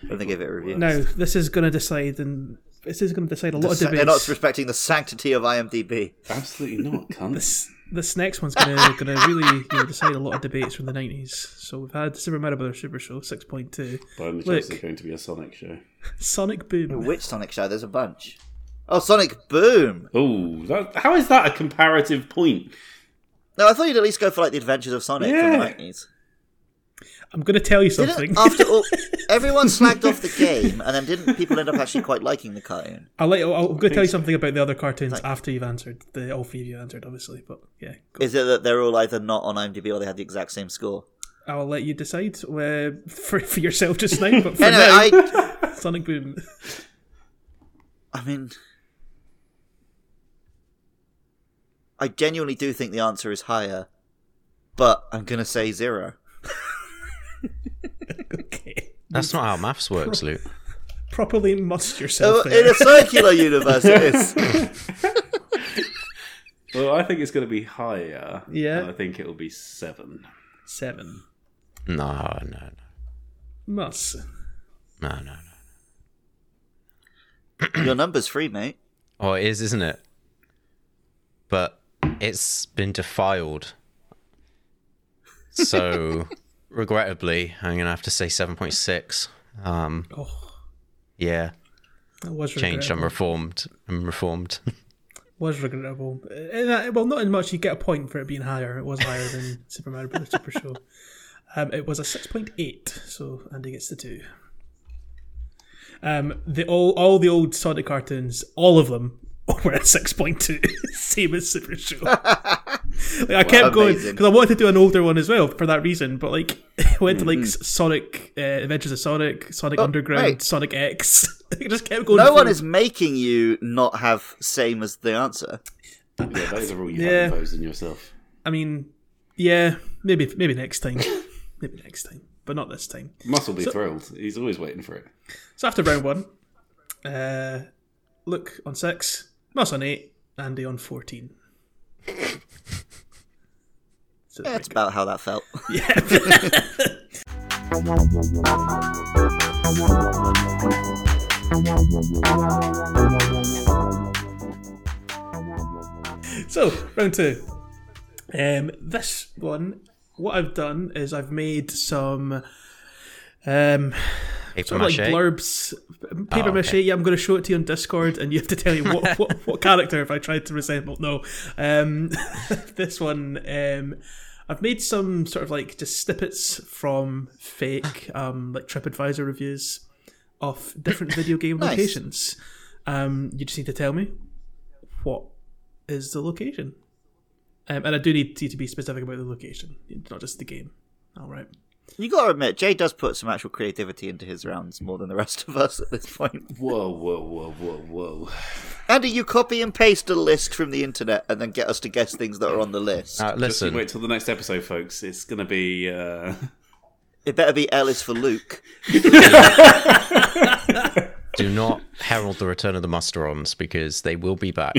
Speaker 2: and they gave it a review.
Speaker 1: Now, this is going to decide, and this is going to decide a lot of
Speaker 2: Sa- they're not
Speaker 1: debates.
Speaker 2: respecting the sanctity of IMDb.
Speaker 3: Absolutely not, cunt.
Speaker 1: this this next one's gonna gonna really you know, decide a lot of debates from the nineties. So we've had Super Mario Brothers Super Show six point two,
Speaker 3: By any
Speaker 1: Look.
Speaker 3: chance, it's going to be a Sonic show.
Speaker 1: Sonic Boom.
Speaker 2: Which Sonic show? There's a bunch. Oh, Sonic Boom!
Speaker 3: Oh, that, how is that a comparative point?
Speaker 2: No, I thought you'd at least go for like the Adventures of Sonic
Speaker 3: Yeah.
Speaker 2: from the nineties.
Speaker 1: I'm gonna tell you something.
Speaker 2: Didn't after all, everyone slagged off the game, and then didn't people end up actually quite liking the cartoon?
Speaker 1: I'll let, I'll- I'm gonna tell you something about the other cartoons after you've answered. The all three of you answered, obviously, but yeah, go.
Speaker 2: Is it that they're all either not on IMDb or they had the exact same score?
Speaker 1: I'll let you decide uh, for for yourself just now. But for
Speaker 2: Anyway,
Speaker 1: now,
Speaker 2: I,
Speaker 1: Sonic Boom.
Speaker 2: I mean, I genuinely do think the answer is higher, but I'm gonna say zero.
Speaker 1: Okay.
Speaker 4: That's not how maths works, Luke.
Speaker 1: Properly must
Speaker 2: Oh,
Speaker 1: yourself.
Speaker 2: in
Speaker 1: there.
Speaker 2: a circular universe, it is.
Speaker 3: Well, I think it's going to be higher.
Speaker 1: Yeah.
Speaker 3: and I think it'll be seven.
Speaker 1: Seven.
Speaker 4: No, no, no,
Speaker 1: Must.
Speaker 4: no, no, no.
Speaker 2: Your number's free, mate.
Speaker 4: Oh, it is, isn't it? But it's been defiled. So, regrettably, I'm gonna have to say 7.6. Um,
Speaker 1: Oh,
Speaker 4: yeah,
Speaker 1: that was
Speaker 4: changed.
Speaker 1: regrettable.
Speaker 4: I'm reformed. I'm reformed.
Speaker 1: was regrettable. In that, well, not in much. You get a point for it being higher. It was higher than Super Mario Bros. Super Show. Um, it was a six point eight, so Andy gets the two. Um, the all all the old Sonic cartoons, all of them were at six point two, same as Super Show. like, I kept going
Speaker 2: amazing.
Speaker 1: because I wanted to do an older one as well for that reason. But like, I went to like Sonic uh, Adventures of Sonic, Sonic Underground,
Speaker 2: Mm-hmm. Oh, right.
Speaker 1: Sonic X. I just kept going.
Speaker 2: No one
Speaker 1: through.
Speaker 2: is making you not have same as the answer.
Speaker 3: Yeah, those are all you
Speaker 1: Yeah.
Speaker 3: have imposed on yourself.
Speaker 1: I mean, Yeah, maybe maybe next time. maybe next time, but not this time.
Speaker 3: Muss will be
Speaker 1: So-
Speaker 3: thrilled. He's always waiting for it.
Speaker 1: So after round one, uh, Luke on six, Moss on eight, Andy on fourteen. So
Speaker 2: That's about how that felt.
Speaker 1: So, round two. Um, this one, what I've done is I've made some um,
Speaker 4: Paper
Speaker 1: sort of like
Speaker 4: mache. Uh,
Speaker 1: blurbs, paper
Speaker 4: Oh, okay.
Speaker 1: mache. Yeah, I'm going to show it to you on Discord, and you have to tell you what, what, what character if I tried to resemble. No, um, this one. Um, I've made some sort of like just snippets from fake um, like TripAdvisor reviews of different video game
Speaker 2: Nice.
Speaker 1: locations. Um, you just need to tell me what is the location. Um, and I do need you to be specific about the location, not just the game. All right.
Speaker 2: You gotta admit, Jay does put some actual creativity into his rounds more than the rest of us at this point.
Speaker 3: Whoa, whoa, whoa, whoa, whoa.
Speaker 2: Andy, you copy and paste a list from the internet and then get us to guess things that are on the list.
Speaker 4: Uh,
Speaker 3: Just you
Speaker 4: listen,
Speaker 3: wait till the next episode, folks. It's going to be. Uh...
Speaker 2: it better be L is for Luke.
Speaker 4: do not herald the return of the Musterons because they will be back.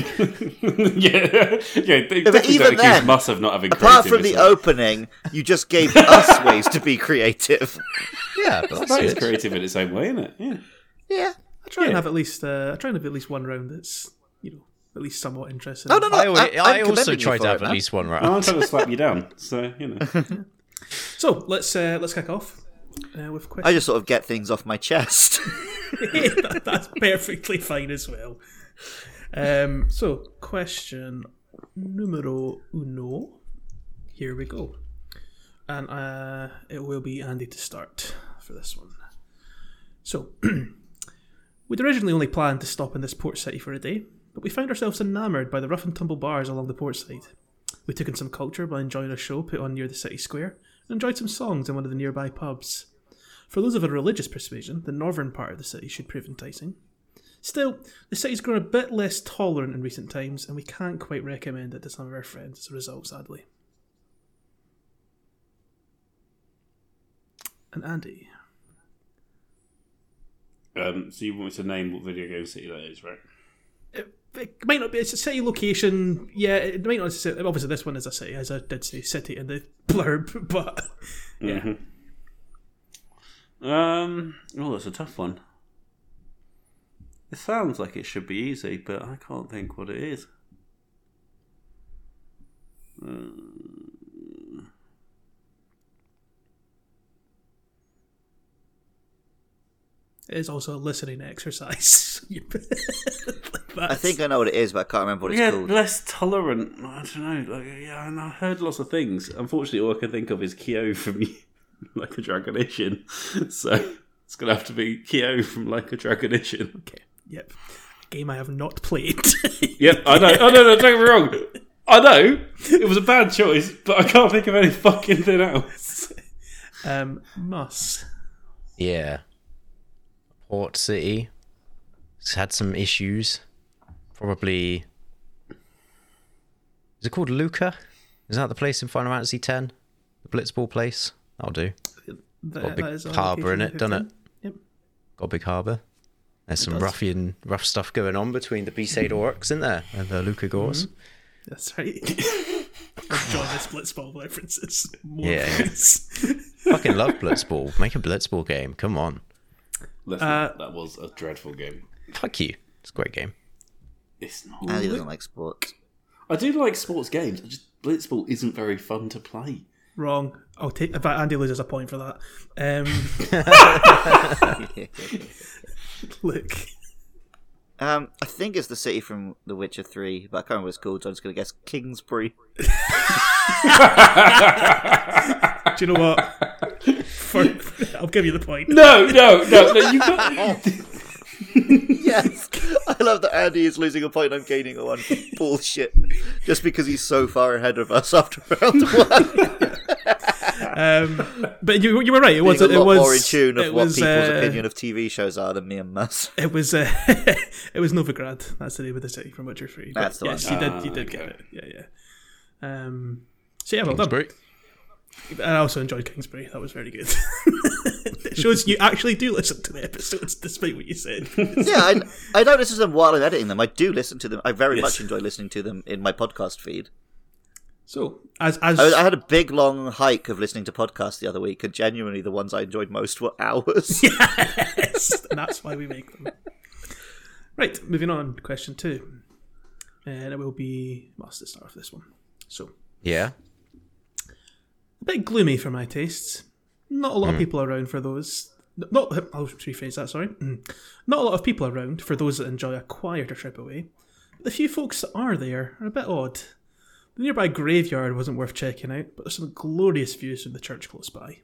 Speaker 3: yeah. yeah they definitely
Speaker 2: even
Speaker 3: don't accuse
Speaker 2: then,
Speaker 3: Muss of not having
Speaker 2: Apart from the
Speaker 3: creativity.
Speaker 2: opening, you just gave us ways to be creative.
Speaker 4: yeah, but
Speaker 3: That
Speaker 4: that's
Speaker 3: is
Speaker 4: good.
Speaker 3: creative in its own way, isn't it? Yeah.
Speaker 2: Yeah.
Speaker 1: I try and
Speaker 3: Yeah.
Speaker 1: have at least uh, I try and have at least one round that's you know at least somewhat interesting.
Speaker 2: Oh, No, no, no.
Speaker 4: I, alwa-
Speaker 2: I'm-
Speaker 4: I
Speaker 2: I'm
Speaker 4: also
Speaker 2: commending you
Speaker 4: tried to
Speaker 2: for
Speaker 4: have
Speaker 2: it,
Speaker 4: at
Speaker 2: man.
Speaker 4: least one
Speaker 3: I'm
Speaker 4: round.
Speaker 3: trying to slap you down, so, you know.
Speaker 1: So let's uh, let's kick off uh, with
Speaker 2: I
Speaker 1: questions.
Speaker 2: just sort of get things off my chest.
Speaker 1: That- that's perfectly fine as well. Um, so question numero uno. Here we go, and uh, it will be Andy to start for this one. So. We'd originally only planned to stop in this port city for a day, but we found ourselves enamoured by the rough and tumble bars along the port side. We took in some culture by enjoying a show put on near the city square and enjoyed some songs in one of the nearby pubs. For those of a religious persuasion, the northern part of the city should prove enticing. Still, the city's grown a bit less tolerant in recent times, and we can't quite recommend it to some of our friends as a result, sadly. And Andy,
Speaker 3: Um, so you want me to name what video game city that is, right?
Speaker 1: it might not be it's a city location yeah it might not necessarily obviously this one is a city as i did say city in the blurb but yeah
Speaker 3: Um, oh, that's a tough one. It sounds like it should be easy, but I can't think what it is. Um,
Speaker 1: it is also a listening exercise
Speaker 2: I think I know what it is, but I can't remember what
Speaker 3: yeah,
Speaker 2: it's called.
Speaker 3: less tolerant. I don't know. Like, yeah, and I heard lots of things. Unfortunately, all I can think of is Kyo from Like a Dragonician. So it's gonna have to be Kyo from Like a Dragonician.
Speaker 1: okay yep game i have not played
Speaker 3: Yep, I know. Oh no, no, don't get me wrong. I know it was a bad choice, but I can't think of any fucking thing else.
Speaker 1: um must
Speaker 4: Yeah. Port City. It's had some issues. Probably. Is it called Luca? Is that the place in Final Fantasy X? The Blitzball place? That'll do.
Speaker 1: that,
Speaker 4: Got a
Speaker 1: that is
Speaker 4: big
Speaker 1: our
Speaker 4: harbour in it,
Speaker 1: location
Speaker 4: done it?
Speaker 1: 15. Yep.
Speaker 4: Got a big harbour. There's some
Speaker 1: does.
Speaker 4: ruffian, rough stuff going on between the Besaid Oryx, isn't there? And the Luca Gores.
Speaker 1: that's right enjoy the splitsball references More
Speaker 4: Yeah, yeah.
Speaker 1: please.
Speaker 4: Fucking love Blitzball. Make a Blitzball game. Come on.
Speaker 3: Listen,
Speaker 1: Uh,
Speaker 3: that was a dreadful game.
Speaker 4: Fuck you. It's a great game.
Speaker 3: It's not.
Speaker 2: Andy doesn't like sports.
Speaker 3: I do like sports games. I just Blitzball isn't very fun to play.
Speaker 1: wrong i'll take in fact andy loses a point for that um look
Speaker 2: Um, I think it's the city from The Witcher 3, but I can't remember what it's called, so I'm just going to guess Kingsbury.
Speaker 1: Do you know what? For, I'll give you the point.
Speaker 3: No, no, no, no. You got.
Speaker 2: Yes! I love that Andy is losing a point, I'm gaining a one. Bullshit. Just because he's so far ahead of us after round one.
Speaker 1: Um, but you, you were right. It was
Speaker 2: Being a
Speaker 1: it
Speaker 2: lot
Speaker 1: was
Speaker 2: more in tune of
Speaker 1: it
Speaker 2: what
Speaker 1: was,
Speaker 2: people's
Speaker 1: uh,
Speaker 2: opinion of TV shows are than me and Mus.
Speaker 1: It was uh, it was Novigrad. That's the name of the city from Witcher Three. But
Speaker 2: That's the
Speaker 1: yes,
Speaker 2: one.
Speaker 1: you did you
Speaker 3: Ah,
Speaker 1: did get
Speaker 3: okay.
Speaker 1: it. Yeah, yeah. Um, so yeah, well done.
Speaker 4: Kingsbury.
Speaker 1: I also enjoyed Kingsbury. That was very good. it shows you actually do listen to the episodes, despite what you said.
Speaker 2: yeah, I, I don't listen to them while I'm editing them. I do listen to them. I very
Speaker 3: Yes.
Speaker 2: much enjoy listening to them in my podcast feed.
Speaker 1: So, as as
Speaker 2: I, I had a big long hike of listening to podcasts the other week, and genuinely the ones I enjoyed most were ours.
Speaker 1: Yes, and that's why we make them. Right, moving on. Question two, Uh, and it will be master start with this one. So,
Speaker 4: Yeah.
Speaker 1: a bit gloomy for my tastes. Not a lot
Speaker 3: Hmm.
Speaker 1: of people around for those. Not I'll rephrase that. Sorry, Mm. not a lot of people around for those that enjoy a quieter trip away. But the few folks that are there are a bit odd. The nearby graveyard wasn't worth checking out, but there's some glorious views from the church close by.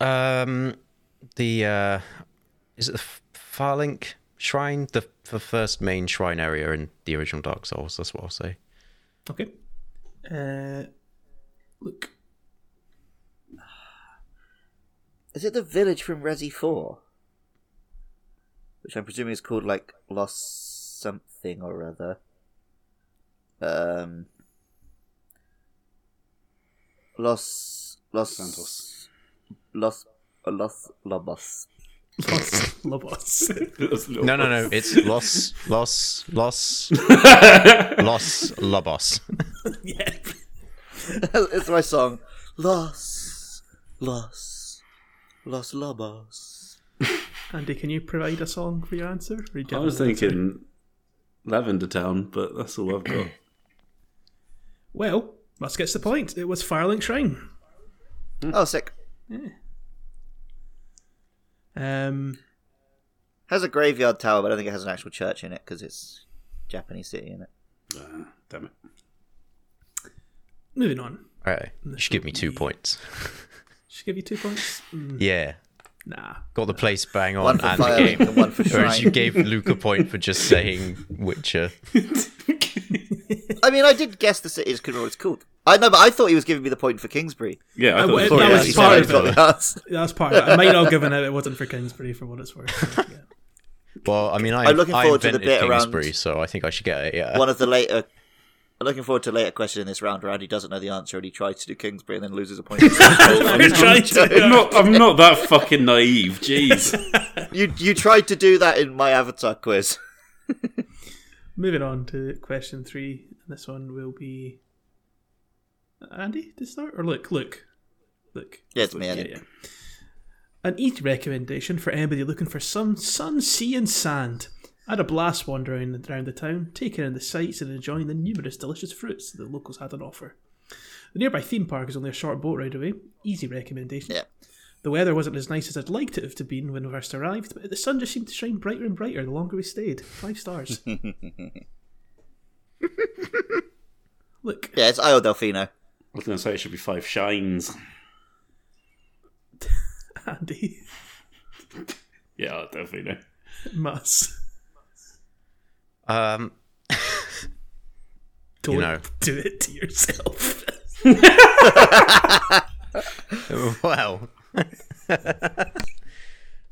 Speaker 4: Um, the uh, is it the F- Farlink Shrine, the the first main shrine area in the original Dark Souls? That's what I'll say.
Speaker 1: Okay. Uh, look,
Speaker 2: Is it the village from Resi 4? Which I'm presuming is called, like, Lost Something or other. Um. Los. Los.
Speaker 3: Santos.
Speaker 2: Los. Los Lobos.
Speaker 1: Los Lobos.
Speaker 4: No, no, no. It's Los Los Los Los Lobos.
Speaker 1: yeah.
Speaker 2: it's my song. Los. Los. Los Lobos.
Speaker 1: Andy, can you provide a song for your answer? Or do you
Speaker 3: I
Speaker 1: have
Speaker 3: was
Speaker 1: another answer?
Speaker 3: thinking Lavender Town, but that's all I've got.
Speaker 1: Well, that gets the point. It was Firelink Shrine.
Speaker 2: Oh, sick.
Speaker 1: Um,
Speaker 2: Has a graveyard tower, but I don't think it has an actual church in it because it's Japanese city in it.
Speaker 3: Ah, damn it.
Speaker 1: moving on.
Speaker 4: All right, you should give me two points.
Speaker 1: Should give you two points. Mm,
Speaker 4: Yeah,
Speaker 1: Nah.
Speaker 4: got the place bang
Speaker 2: Hmm.
Speaker 4: on
Speaker 2: One for
Speaker 4: Oh, and the
Speaker 2: fire
Speaker 4: game.
Speaker 2: and one for
Speaker 4: Whereas you
Speaker 2: shrine.
Speaker 4: gave Luke a point for just saying Witcher.
Speaker 2: I mean, I did guess the city is called what it's called. I know, but I thought he was giving me the point for Kingsbury.
Speaker 3: Yeah, I
Speaker 1: Uh,
Speaker 3: thought
Speaker 1: well,
Speaker 3: it was
Speaker 1: that
Speaker 2: Yeah,
Speaker 1: was
Speaker 2: he
Speaker 3: Kingsbury.
Speaker 2: said
Speaker 1: part
Speaker 2: I
Speaker 1: of it.
Speaker 2: got the answer.
Speaker 1: That's part of it. I might not have given it. It wasn't for Kingsbury, for what it's worth. Yeah.
Speaker 4: Well, I mean, I,
Speaker 2: I'm looking
Speaker 4: I
Speaker 2: forward to the
Speaker 4: invented
Speaker 2: bit around-
Speaker 4: Kingsbury, so I think I should get it. Yeah.
Speaker 2: One of the later. I'm looking forward to a later question in this round where Andy doesn't know the answer and he tries to do Kingsbury and then loses a point.
Speaker 1: I'm trying
Speaker 3: I'm
Speaker 1: to.
Speaker 3: not, I'm not that fucking naive. Jeez.
Speaker 2: you you tried to do that in my avatar quiz.
Speaker 1: Moving on to question three. This one will be uh, Andy to start or look, look, look.
Speaker 2: Yeah, it's me.
Speaker 1: Yeah,
Speaker 2: Andy.
Speaker 1: yeah. An eat recommendation for anybody looking for some sun, sea, and sand. I had a blast wandering around the town, taking in the sights and enjoying the numerous delicious fruits that the locals had on offer. The nearby theme park is only a short boat ride away. Easy recommendation.
Speaker 2: Yeah.
Speaker 1: The weather wasn't as nice as I'd liked it to have been when we first arrived, but the sun just seemed to shine brighter and brighter the longer we stayed. Five stars. Look,
Speaker 2: Yeah, it's Io Delfino.
Speaker 3: I was going to say it should be five shines.
Speaker 1: Andy,
Speaker 3: Yeah, I definitely know.
Speaker 1: Mass,
Speaker 4: Um,
Speaker 1: don't
Speaker 4: know.
Speaker 1: do it to yourself.
Speaker 4: Well,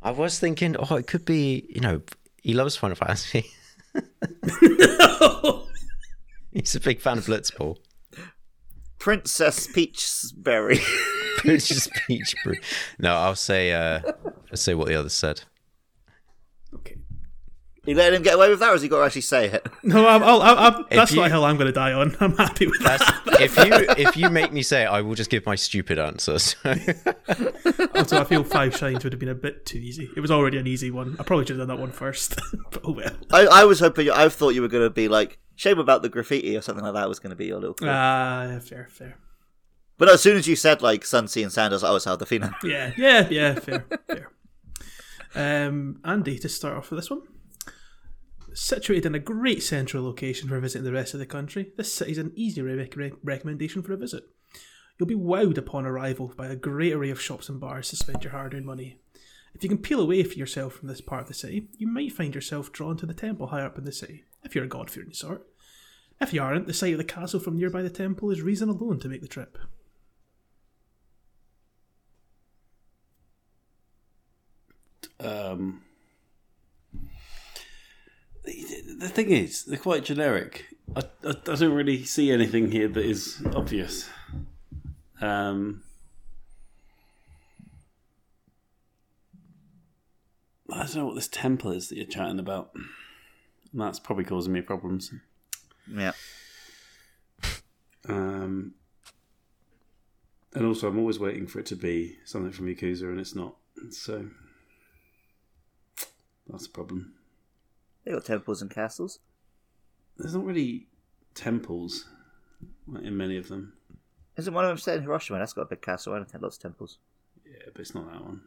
Speaker 4: I was thinking, oh, it could be, you know, he loves Final Fantasy. He's a big fan of Blitzball.
Speaker 2: Princess Peachberry.
Speaker 4: It's just peach brew. No, I'll say, uh, I'll say what the others said.
Speaker 1: okay.
Speaker 2: you letting him get away with that, or has he got to actually say it?
Speaker 1: No, I'm, I'll, I'll, I'll, that's
Speaker 4: you-
Speaker 1: not a hill I'm going to die on. I'm happy with that.
Speaker 4: That's, if you if you make me say, it, I will just give my stupid answer. So.
Speaker 1: also, I feel five shines would have been a bit too easy. It was already an easy one. I probably should have done that one first. but oh well.
Speaker 2: I, I was hoping. I thought you were going to be like shame about the graffiti or something like that was going to be your little. clue.
Speaker 1: Ah,
Speaker 4: Uh,
Speaker 1: yeah, fair, fair.
Speaker 2: But as soon as you said like Sun, Sea, and Sanders, I was Io Delfino.
Speaker 1: Yeah, yeah, yeah, fair, fair. Um, Andy, to start off with this one. Situated in a great central location for visiting the rest of the country, this city's an easy re- re- recommendation for a visit. You'll be wowed upon arrival by a great array of shops and bars to spend your hard earned money. If you can peel away for yourself from this part of the city, you might find yourself drawn to the temple higher up in the city, if you're a god fearing sort. If you aren't, the sight of the castle from nearby the temple is reason alone to make the trip.
Speaker 3: Um, the, the thing is, they're quite generic. I, I, I don't really see anything here that is obvious. Um, I don't know what this temple is that you're chatting about. And that's probably causing me problems.
Speaker 2: Yeah.
Speaker 3: Um, and also, I'm always waiting for it to be something from Yakuza, and it's not. So that's a problem.
Speaker 2: They got temples and castles.
Speaker 3: There's not really temples like, in many of them.
Speaker 2: Isn't one of them set in Hiroshima? That's got a big castle and it had lots of temples.
Speaker 3: Yeah, but it's not that one.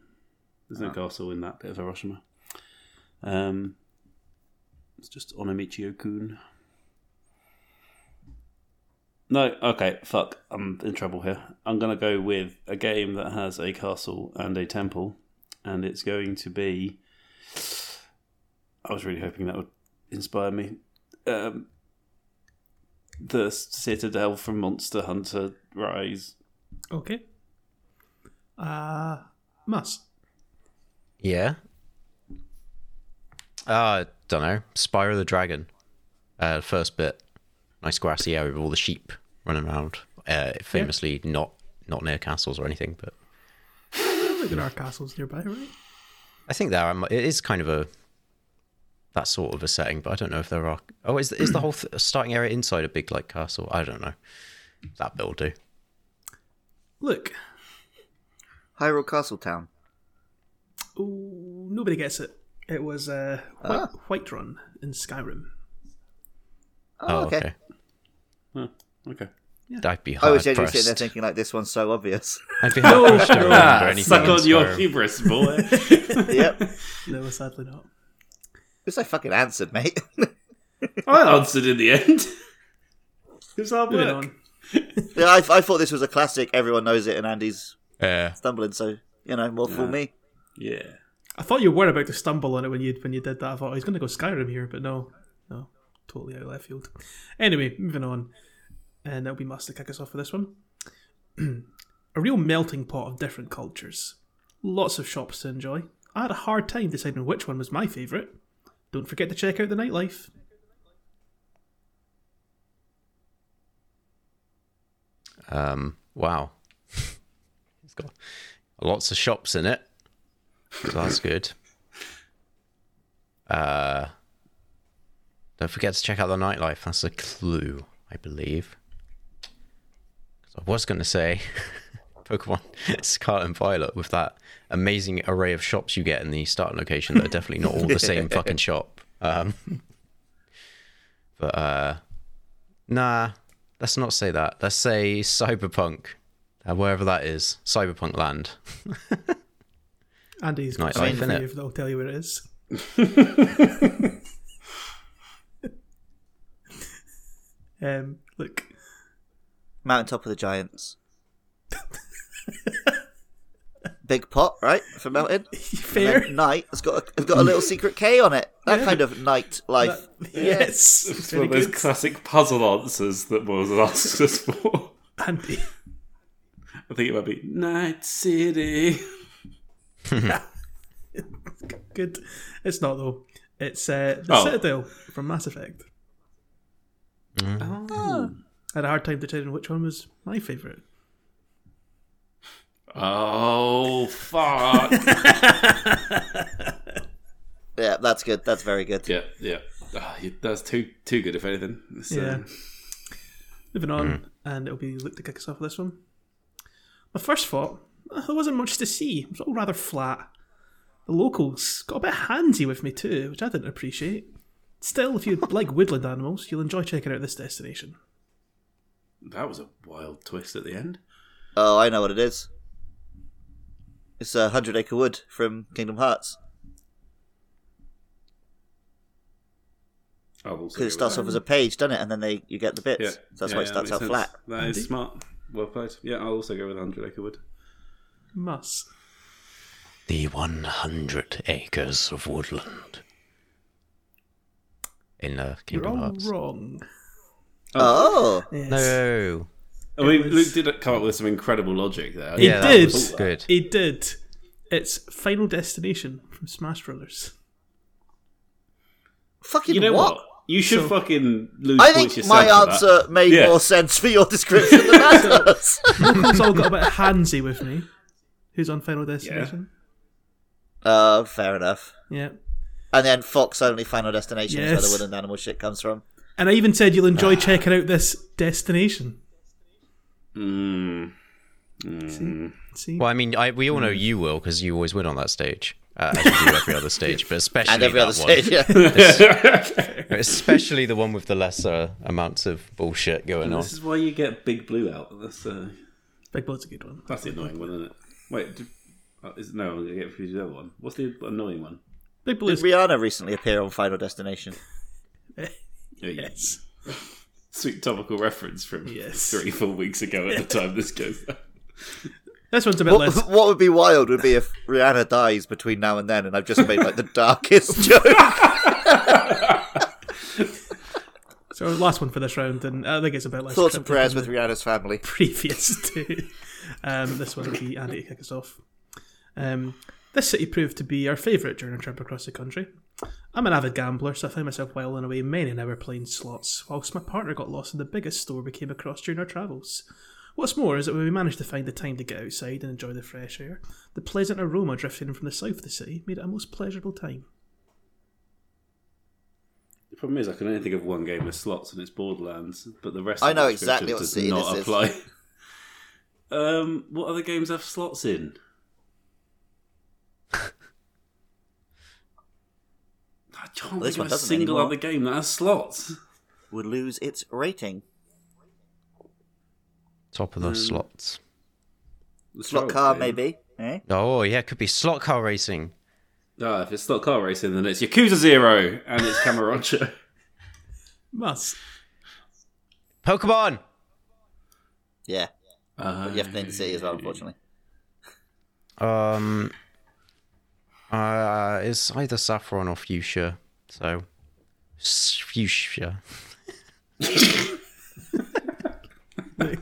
Speaker 3: There's no castle in that bit of Hiroshima. Um, it's just Onomichi Okun. No, okay, fuck. I'm in trouble here. I'm going to go with a game that has a castle and a temple, and it's going to be. I was really hoping that would inspire me. Um, the Citadel from Monster Hunter Rise.
Speaker 1: Okay. Uh, must.
Speaker 4: Yeah. Uh, don't know. Spyro the Dragon. Uh, first bit, nice grassy area with all the sheep running around. Uh, famously not not near castles or anything, but
Speaker 1: Look at our castles nearby, right?
Speaker 4: I think there are, um, it is kind of a that sort of a setting. But I don't know if there are. Oh, is is the whole th- starting area inside a big like castle? I don't know. That bit will do.
Speaker 1: Look,
Speaker 2: Hyrule Castle Town.
Speaker 1: Ooh, nobody gets it. It was uh, White, Whiterun in Skyrim.
Speaker 2: Oh, okay.
Speaker 3: Oh, okay.
Speaker 4: I'd be
Speaker 2: I
Speaker 4: hard
Speaker 2: was genuinely sitting there
Speaker 4: pressed.
Speaker 2: thinking, like, this one's so obvious.
Speaker 4: I'd be hard pressed to remember anything.
Speaker 3: Ah, Suck
Speaker 4: in
Speaker 3: on your
Speaker 4: Skyrim.
Speaker 3: hubris, boy.
Speaker 2: yep.
Speaker 1: No, sadly not.
Speaker 2: It's I fucking answered, mate.
Speaker 3: I answered in the end. It was hard
Speaker 1: Moving
Speaker 3: work.
Speaker 1: on.
Speaker 2: yeah, I, I thought this was a classic. Everyone knows it, and Andy's
Speaker 4: Yeah.
Speaker 2: stumbling, so, you know, more fool me.
Speaker 3: Yeah.
Speaker 1: I thought you were about to stumble on it when you when you did that. I thought I was going to go Skyrim here, but no, no, totally out of left field. Anyway, moving on, and that'll be must to kick us off for this one. a real melting pot of different cultures, lots of shops to enjoy. I had a hard time deciding which one was my favourite. Don't forget to check out the nightlife.
Speaker 4: Um, wow. it's got lots of shops in it. So that's good. Uh, don't forget to check out the nightlife. That's a clue, I believe. 'Cause I was going to say Pokemon Scarlet and Violet with that amazing array of shops you get in the starting location that are definitely not all the same fucking shop. Um, but uh, nah, let's not say that. Let's say Cyberpunk, uh, wherever that is, Cyberpunk Land.
Speaker 1: Andy's got
Speaker 4: Nightlife,
Speaker 1: something for
Speaker 4: innit?
Speaker 1: you that'll tell you where it is. um, look,
Speaker 2: Mountaintop of the Giants. Big pot, right, for melting.
Speaker 1: fair.
Speaker 2: Then night. It's got a, it's got a little secret K on it. That kind of night life.
Speaker 1: yes.
Speaker 3: It's
Speaker 1: Very
Speaker 3: one of those
Speaker 1: good.
Speaker 3: classic puzzle answers that was asked us for.
Speaker 1: Andy.
Speaker 3: I think it might be Night City.
Speaker 1: Good. It's not though. It's uh, the
Speaker 3: Oh.
Speaker 1: Citadel from Mass Effect. Ah. I had a hard time deciding which one was my favourite.
Speaker 3: Oh, fuck.
Speaker 2: Yeah, that's good. That's very good.
Speaker 3: yeah, yeah. Ah, you- that's too too good, if anything. It's, uh,
Speaker 1: Yeah. Moving on, and it'll be Luke to kick us off with this one. My first thought, uh, there wasn't much to see. It was all rather flat. The locals got a bit handsy with me too, which I didn't appreciate. Still, if you like woodland animals, you'll enjoy checking out this destination.
Speaker 3: that was a wild twist at the end.
Speaker 2: Oh, I know what it is. It's a hundred acre wood from Kingdom Hearts.
Speaker 3: I will say
Speaker 2: Because it starts off as a page, doesn't it? And then they you get the bits.
Speaker 3: Yeah.
Speaker 2: So that's
Speaker 3: yeah,
Speaker 2: why it
Speaker 3: yeah,
Speaker 2: starts
Speaker 3: makes
Speaker 2: out
Speaker 3: sense.
Speaker 2: flat.
Speaker 3: That is smart. Well played. Yeah, I'll also go with 100 Acre Wood.
Speaker 1: Must.
Speaker 4: The 100 acres of woodland. In uh,
Speaker 1: You're
Speaker 4: Kingdom
Speaker 1: all
Speaker 4: Hearts.
Speaker 1: wrong.
Speaker 2: Oh,
Speaker 1: Yes.
Speaker 4: No.
Speaker 3: I mean,
Speaker 1: was-
Speaker 3: Luke did come up with some incredible logic there.
Speaker 1: He
Speaker 4: Yeah, that
Speaker 1: did.
Speaker 4: was good.
Speaker 1: He did. It's Final Destination from Smash Brothers.
Speaker 2: fucking
Speaker 3: You know
Speaker 2: what?
Speaker 3: what? You should
Speaker 1: So-
Speaker 3: fucking lose
Speaker 2: I
Speaker 3: points
Speaker 2: think
Speaker 3: yourself.
Speaker 2: my
Speaker 3: for that.
Speaker 2: answer made
Speaker 3: Yeah.
Speaker 2: more sense for your description than that does.
Speaker 1: It's all got a bit handsy with me. Who's on Final Destination?
Speaker 2: Oh, fair enough.
Speaker 1: Yeah.
Speaker 2: And then Fox only Final Destination is where
Speaker 1: Yes.
Speaker 2: the woodland animal shit comes from.
Speaker 1: And I even said you'll enjoy checking out this destination.
Speaker 4: Hmm.
Speaker 3: Mm.
Speaker 1: See?
Speaker 4: Well, I mean, I, we all know you will because you always win on that stage, uh, as you do every other stage, but especially
Speaker 2: And every
Speaker 4: that
Speaker 2: other
Speaker 4: one.
Speaker 2: stage, yeah.
Speaker 4: especially the one with the lesser amounts of bullshit going on.
Speaker 3: This is why you get Big Blue out. That's uh,
Speaker 1: Big Blood's a good one.
Speaker 3: that's the annoying one, isn't it? Wait, do, uh, is, no, I'm gonna get confused with the other one. What's the annoying one?
Speaker 1: Big
Speaker 2: Did
Speaker 1: Blue's
Speaker 2: Rihanna recently appear on Final Destination?
Speaker 3: Yeah, yeah.
Speaker 1: Yes.
Speaker 3: Sweet topical reference from
Speaker 1: Yes.
Speaker 3: three, four weeks ago at the time this goes. out.
Speaker 1: This one's a bit
Speaker 2: What,
Speaker 1: less.
Speaker 2: what would be wild would be if Rihanna dies between now and then, and I've just made like the darkest joke.
Speaker 1: So our last one for this round, and I think it's a bit less.
Speaker 2: Thoughts and
Speaker 1: cryptic
Speaker 2: prayers
Speaker 1: than
Speaker 2: with Rihanna's family.
Speaker 1: the previous two. Um, this one will be Andy to kick us off. Um, this city proved to be our favourite during our trip across the country. I'm an avid gambler, so I found myself while and away many an hour playing slots, whilst my partner got lost in the biggest store we came across during our travels. What's more is that when we managed to find the time to get outside and enjoy the fresh air, the pleasant aroma drifting in from the south of the city made it a most pleasurable time.
Speaker 3: The problem is, I can only think of one game with slots, and it's Borderlands. But the rest,
Speaker 2: I
Speaker 3: of
Speaker 2: know
Speaker 3: the
Speaker 2: exactly
Speaker 3: description
Speaker 2: what
Speaker 3: does
Speaker 2: city
Speaker 3: not
Speaker 2: this is.
Speaker 3: apply. um, what other games have slots in? I can't
Speaker 2: this
Speaker 3: think
Speaker 2: one
Speaker 3: of a
Speaker 2: doesn't
Speaker 3: single
Speaker 2: anymore.
Speaker 3: other game that has slots.
Speaker 2: Would lose its rating.
Speaker 4: Top of the slots.
Speaker 3: The
Speaker 2: Slot
Speaker 1: Oh,
Speaker 3: Stroll
Speaker 2: car,
Speaker 3: game.
Speaker 2: maybe. Eh?
Speaker 4: Oh yeah, it could be slot car racing.
Speaker 3: Ah, if it's slot car racing, then it's Yakuza Zero and it's Camaroncha.
Speaker 1: Must.
Speaker 4: Pokemon.
Speaker 2: Yeah.
Speaker 1: Uh-huh.
Speaker 3: uh,
Speaker 2: You have to name the city as well, unfortunately.
Speaker 4: Um, uh, it's either saffron or fuchsia. So, s- fuchsia.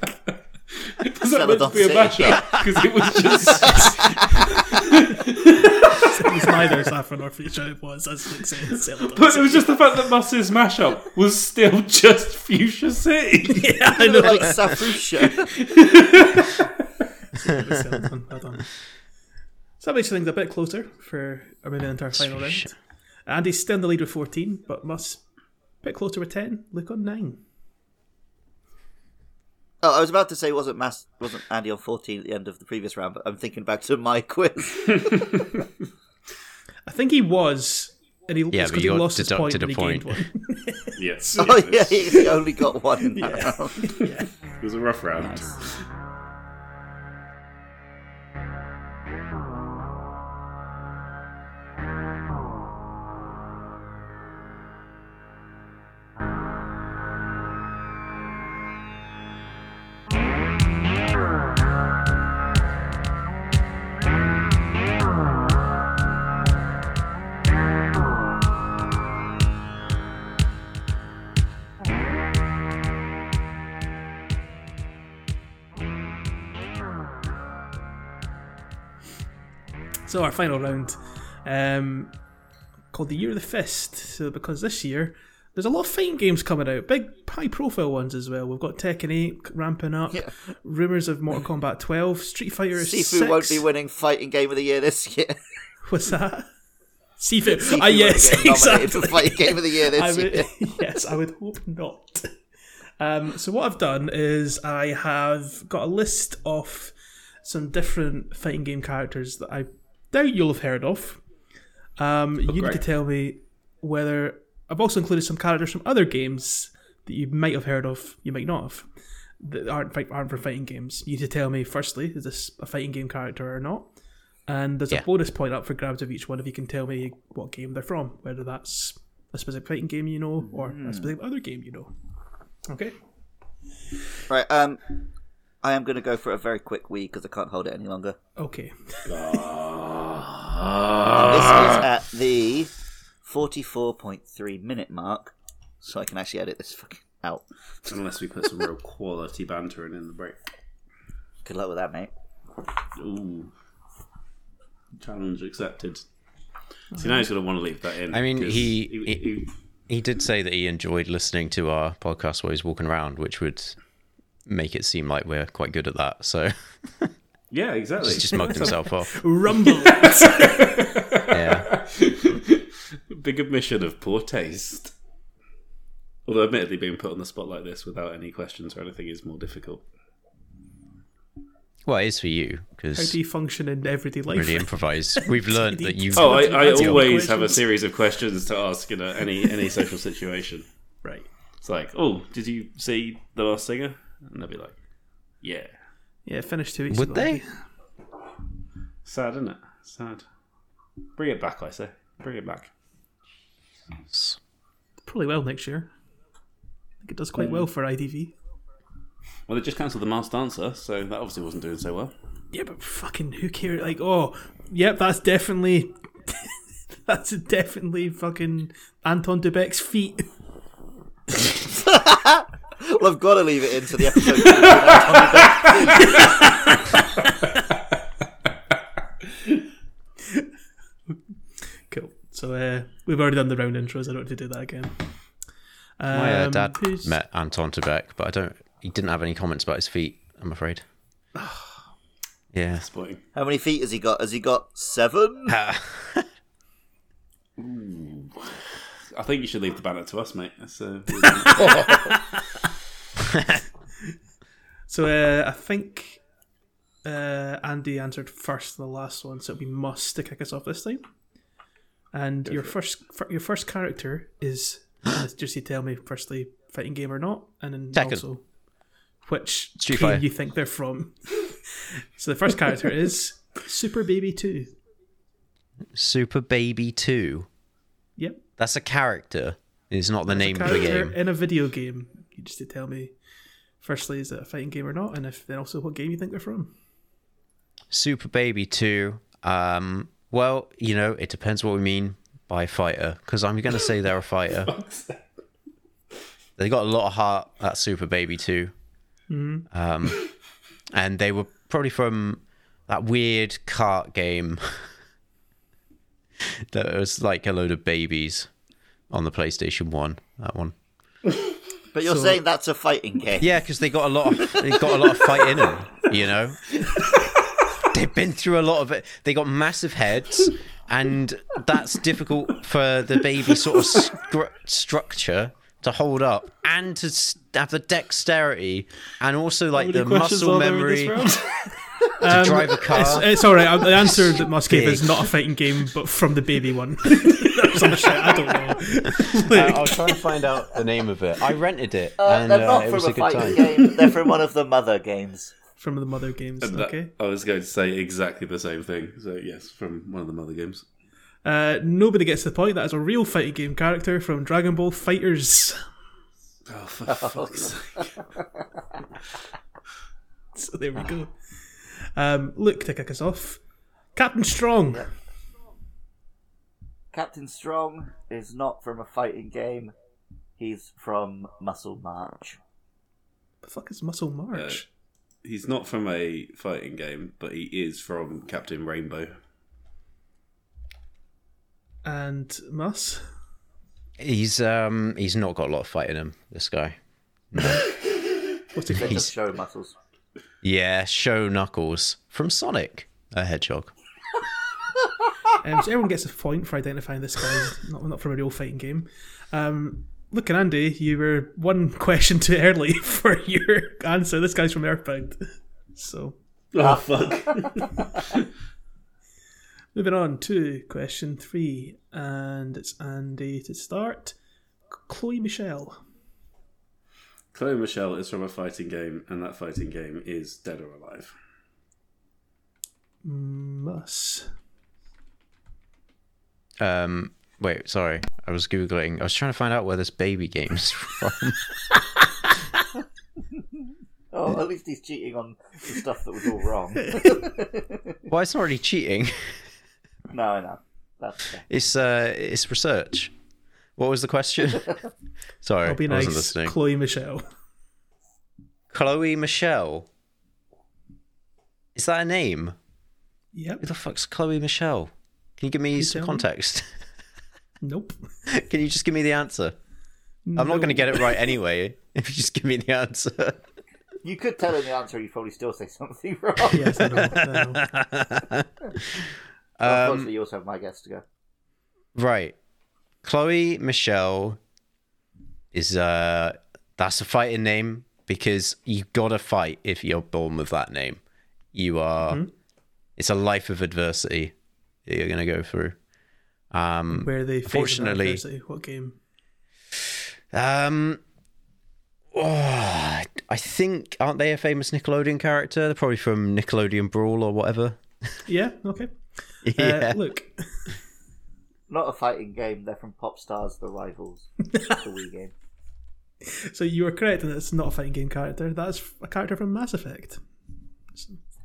Speaker 3: Does that meant to
Speaker 2: Celadon
Speaker 3: be a
Speaker 2: City.
Speaker 3: mashup? Because it was just
Speaker 1: It was neither Saffron or Future, it was, as it says.
Speaker 3: But it was just the fact that Mus's mashup was still just Fuchsia City.
Speaker 1: Yeah, I know.
Speaker 2: like Safrusha.
Speaker 1: well done. So that makes things a bit closer for our moving into our final round.
Speaker 4: Shit.
Speaker 1: Andy's still in the lead with 14, but must a bit closer with 10. Luke on 9.
Speaker 2: Oh, I was about to say wasn't Mass wasn't Andy on fourteen at the end of the previous round, but I'm thinking back to my quiz.
Speaker 1: I think he was, and he,
Speaker 4: Yeah,
Speaker 1: it's
Speaker 4: but
Speaker 1: 'cause
Speaker 4: you
Speaker 1: he
Speaker 4: got
Speaker 1: lost his point and
Speaker 4: deducted a
Speaker 1: he gained
Speaker 4: point.
Speaker 1: one.
Speaker 3: Yes.
Speaker 2: oh yeah, he only got one in that round.
Speaker 3: It was a rough round.
Speaker 1: So our final round, um, called the Year of the Fist. So because this year there's a lot of fighting games coming out, big high profile ones as well. We've got Tekken 8 ramping up, rumors of Mortal Kombat 12, Street Fighter
Speaker 2: Sifu
Speaker 1: 6.
Speaker 2: won't be winning fighting game of the year this year.
Speaker 1: What's that? Seafood.
Speaker 2: Sifu
Speaker 1: Ah,
Speaker 2: won't
Speaker 1: yes,
Speaker 2: get nominated
Speaker 1: exactly.
Speaker 2: for fighting game of the year this
Speaker 1: I
Speaker 2: year.
Speaker 1: would, yes, I would hope not. Um, so what I've done is I have got a list of some different fighting game characters that I doubt you'll have heard of. Um, you need
Speaker 3: great.
Speaker 1: to tell me whether I've also included some characters from other games that you might have heard of, you might not have, that aren't fight, aren't for fighting games. You need to tell me firstly is this a fighting game character or not, and there's
Speaker 4: Yeah.
Speaker 1: a bonus point up for grabs of each one if you can tell me what game they're from, whether that's a specific fighting game you know or a specific other game you know. Okay.
Speaker 2: Right, um, I am going to go for a very quick wee because I can't hold it any longer.
Speaker 1: Okay.
Speaker 2: This is at the 44.3 minute mark, so I can actually edit this fucking out.
Speaker 3: Unless we put some real quality banter in in the break.
Speaker 2: Good luck with that, mate.
Speaker 3: Ooh. Challenge accepted. See, now he's going to want to leave that in.
Speaker 4: I mean,
Speaker 3: 'cause
Speaker 4: he-
Speaker 3: he, he
Speaker 4: He did say that he enjoyed listening to our podcast while he's walking around, which would make it seem like we're quite good at that. So
Speaker 3: Yeah, exactly.
Speaker 4: he's just mugged himself off.
Speaker 1: Rumble.
Speaker 4: Yeah.
Speaker 3: Big admission of poor taste. Although, admittedly, being put on the spot like this without any questions or anything is more difficult.
Speaker 4: Well, it is for you
Speaker 1: How
Speaker 4: because
Speaker 1: do you function in everyday life?
Speaker 4: really improvise. We've learned that you.
Speaker 3: Oh, I, I
Speaker 1: That's your
Speaker 3: always have a
Speaker 1: questions.
Speaker 3: series of questions to ask in a, any any social situation. Right. It's like, oh, did you see The Last Singer? And they'll be like, yeah.
Speaker 1: Yeah, it finished two weeks
Speaker 4: Would
Speaker 1: ago.
Speaker 4: they?
Speaker 3: Sad, isn't it? Sad. Bring it back, I say. Bring it back.
Speaker 1: Probably well next year. I think it does quite well for IDV.
Speaker 3: Well, they just cancelled The Masked Dancer, so that obviously wasn't doing so well.
Speaker 1: Yeah, but fucking who cares? Like, oh, yep, that's definitely. That's definitely fucking Anton Dubek's feet.
Speaker 2: Well, I've got to leave it in so the episode.
Speaker 1: Cool. So uh, we've already done the round intros. I don't need to do that again. Um,
Speaker 4: My uh, dad
Speaker 1: who's-
Speaker 4: met Anton Trebek, but I don't. He didn't have any comments about his feet. I'm afraid. Yeah.
Speaker 3: Disappointing.
Speaker 2: How many feet has he got? Has he got seven?
Speaker 3: I think you should leave the banner to us, mate. That's, uh,
Speaker 1: So uh, I think uh, Andy answered first in the last one, so it'll be must to kick us off this time. And your first, fir- your first character is uh, just you tell me firstly fighting game or not, and then
Speaker 4: Tekken.
Speaker 1: also which
Speaker 4: Street
Speaker 1: game
Speaker 4: Fighter.
Speaker 1: you think they're from. so the first character is Super Baby Two.
Speaker 4: Super Baby Two.
Speaker 1: Yep,
Speaker 4: That's a character. It's not the name of the
Speaker 1: character
Speaker 4: game.
Speaker 1: in a video game. You just need to tell me firstly is it a fighting game or not, and if then also what game you think they're from.
Speaker 4: Super Baby 2. Um, well, you know, it depends what we mean by fighter, because I'm going to say they're a fighter. they got a lot of heart, that Super Baby 2. Um, and they were probably from that weird cart game that was like a load of babies on the PlayStation 1. That one.
Speaker 2: But you're
Speaker 1: So-
Speaker 2: saying that's a fighting game.
Speaker 4: Yeah, because they got a lot of they got a lot of fight in them. You know, they've been through a lot of it. They got massive heads, and that's difficult for the baby sort of stru- structure to hold up and to s- have the dexterity and also like the muscle memory to drive a car.
Speaker 1: It's all right. Uh, The answer that must give is
Speaker 4: Big.
Speaker 1: not a fighting game, but from the baby one. Or Some shit. I don't know.
Speaker 4: I was trying to find out the name of it. I rented it, and uh,
Speaker 2: They're not
Speaker 4: it
Speaker 2: from
Speaker 4: was
Speaker 2: a
Speaker 4: a good
Speaker 2: fighting
Speaker 4: time.
Speaker 2: game. They're from one of the mother games.
Speaker 1: From the mother games. okay.
Speaker 3: I was going to say exactly the same thing. So yes, from one of the mother games.
Speaker 1: Uh, nobody gets the point. That is a real fighting game character from Dragon Ball Fighters.
Speaker 3: Oh, for fuck's sake!
Speaker 1: So there we go. Um, Luke to kick us off. Captain Strong.
Speaker 2: Captain Strong is not from a fighting game. He's from Muscle March.
Speaker 1: The fuck is Muscle March?
Speaker 3: He's not from a fighting game, but he is from Captain Rainbow.
Speaker 1: and Mus.
Speaker 4: He's um he's not got a lot of fight in him. This guy.
Speaker 1: What's it
Speaker 2: They
Speaker 1: called?
Speaker 2: just show muscles.
Speaker 4: Yeah, show Knuckles from Sonic, a hedgehog.
Speaker 1: Um, so everyone gets a point for identifying this guy as not, not from a real fighting game. Um, look, and Andy, you were one question too early for your answer. This guy's from Earthbound. So
Speaker 3: Oh fuck!
Speaker 1: moving on to question three, and it's Andy to start. Chloe Michelle.
Speaker 3: Chloe Michelle is from a fighting game, and that fighting game is Dead or Alive.
Speaker 1: Mus.
Speaker 4: Um, wait, sorry. I was googling. I was trying to find out where this baby game's from.
Speaker 2: Oh, at least he's cheating on the stuff that was all wrong.
Speaker 4: well, it's not really cheating.
Speaker 2: no, no. That's okay.
Speaker 4: It's uh, it's research. What was the question? sorry,
Speaker 1: I'll be
Speaker 4: I wasn't
Speaker 1: nice.
Speaker 4: listening.
Speaker 1: Chloe Michelle.
Speaker 4: Chloe Michelle. Is that a name? Who
Speaker 1: Yep.
Speaker 4: the fuck's Chloe Michelle? Can you give me some
Speaker 1: tell me?
Speaker 4: context?
Speaker 1: Nope.
Speaker 4: Can you just give me the answer? I'm not going to get it right anyway if you just give me the answer.
Speaker 2: You could tell him the answer, you'd probably still say something wrong.
Speaker 1: Yes, I know. I know.
Speaker 2: Well, Unfortunately, you also have my guess to go.
Speaker 4: Right. Chloe Michelle is uh that's a fighting name because you gotta fight if you're born with that name. You are
Speaker 1: Mm-hmm.
Speaker 4: it's a life of adversity that you're gonna go through. Um
Speaker 1: Where they favoured
Speaker 4: Unfortunately-
Speaker 1: adversity. what game?
Speaker 4: um oh, I think aren't they a famous Nickelodeon character? They're probably from Nickelodeon Brawl or whatever.
Speaker 1: Yeah. Okay.
Speaker 4: Yeah.
Speaker 1: Uh, look,
Speaker 2: Not a fighting game, they're from Popstars The Rivals, the Wii game.
Speaker 1: so you were correct, and it's not a fighting game character. That's a character from Mass Effect.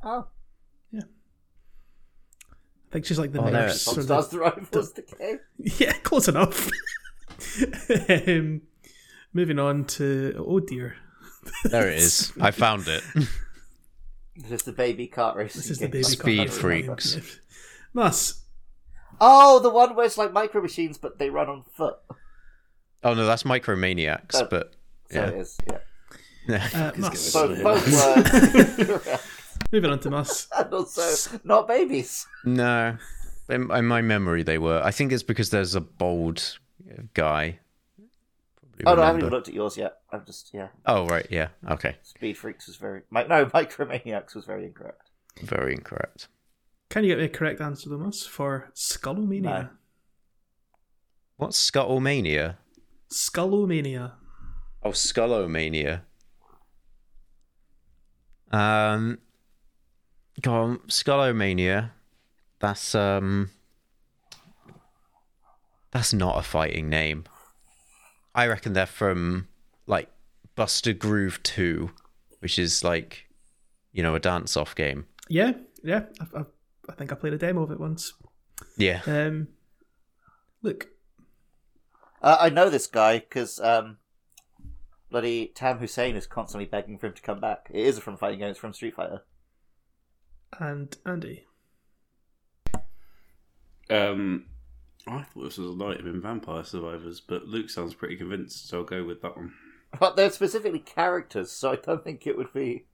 Speaker 2: Oh,
Speaker 1: I think she's like the
Speaker 4: Oh, no,
Speaker 1: nurse. or the-
Speaker 2: Popstars The Rivals, the game.
Speaker 1: Yeah, close enough. um, moving on to oh dear,
Speaker 4: There it is. I found it.
Speaker 2: This is the baby cart racing
Speaker 1: this is the
Speaker 2: game.
Speaker 1: baby
Speaker 4: Speed
Speaker 1: car-
Speaker 4: freaks.
Speaker 1: Mass.
Speaker 2: Oh, the one where it's like micro machines, but they run on foot.
Speaker 4: Oh no, that's Micromaniacs,
Speaker 2: Oh.
Speaker 4: but
Speaker 2: So
Speaker 4: Yeah.
Speaker 2: it is, yeah.
Speaker 1: Uh, Mass.
Speaker 2: So both
Speaker 4: uh,
Speaker 2: words.
Speaker 1: Moving on to Mass.
Speaker 2: and also, not babies.
Speaker 4: No, in, in my memory they were. I think it's because there's a bold guy. Probably
Speaker 2: Oh, no, I haven't
Speaker 4: remember.
Speaker 2: even looked at yours yet. I'm just, yeah.
Speaker 4: Oh right, yeah, okay,
Speaker 2: Speed Freaks was very. Mi- No, Micromaniacs was very incorrect.
Speaker 4: very incorrect.
Speaker 1: Can you get me a correct answer to Mass for Skullomania?
Speaker 2: No.
Speaker 4: What's Scuttlemania?
Speaker 1: Skullomania.
Speaker 4: Oh, Skullomania. Um, go on, Skullomania. That's um, that's not a fighting name. I reckon they're from like Buster Groove Two, which is like, you know, a dance-off game.
Speaker 1: Yeah, yeah. I, I, I think I played a demo of it once.
Speaker 4: Yeah.
Speaker 1: Um, look,
Speaker 2: Uh, I know this guy because um, bloody Tam Hussein is constantly begging for him to come back. It is from fighting game. It's from Street Fighter.
Speaker 1: and Andy.
Speaker 3: Um, I thought this was a night of in Vampire Survivors, but Luke sounds pretty convinced, so I'll go with that one.
Speaker 2: But they're specifically characters, so I don't think it would be.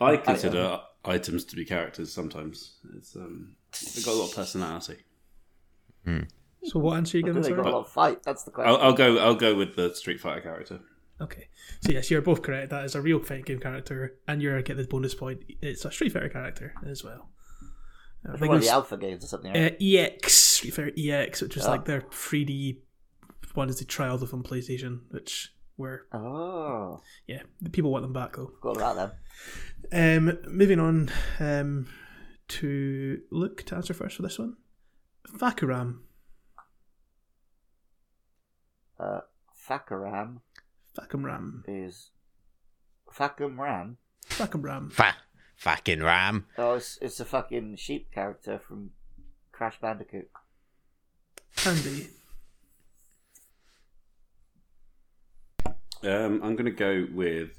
Speaker 3: I consider items to be characters sometimes. It's um, they've got a lot of personality.
Speaker 1: So what answer are you
Speaker 2: Do
Speaker 1: giving?
Speaker 2: they got a
Speaker 1: Sorry?
Speaker 2: lot of fight? That's the question.
Speaker 3: I'll, I'll go. I'll go with the Street Fighter character.
Speaker 1: Okay. So yes, you're both correct. That is a real fighting game character, and you're get the bonus point. It's a Street Fighter character as well. I
Speaker 2: From
Speaker 1: think
Speaker 2: one
Speaker 1: it
Speaker 2: of
Speaker 1: was
Speaker 2: the Alpha games or something. Right?
Speaker 1: uh, EX Street Fighter EX, which was
Speaker 2: Ah.
Speaker 1: like their 3D one is the trial of on PlayStation, which were
Speaker 2: oh,
Speaker 1: yeah, the people want them back though.
Speaker 2: got about them.
Speaker 1: Um, moving on um, to Luke to answer first for this one. Vakuram,
Speaker 2: Uh, Fakaram
Speaker 1: Fakumram,
Speaker 2: is Fakumram.
Speaker 1: Fakumram.
Speaker 4: Fa- fucking ram.
Speaker 2: Oh, it's it's a fucking sheep character from Crash Bandicoot.
Speaker 1: Andy,
Speaker 3: Um, I'm going to go with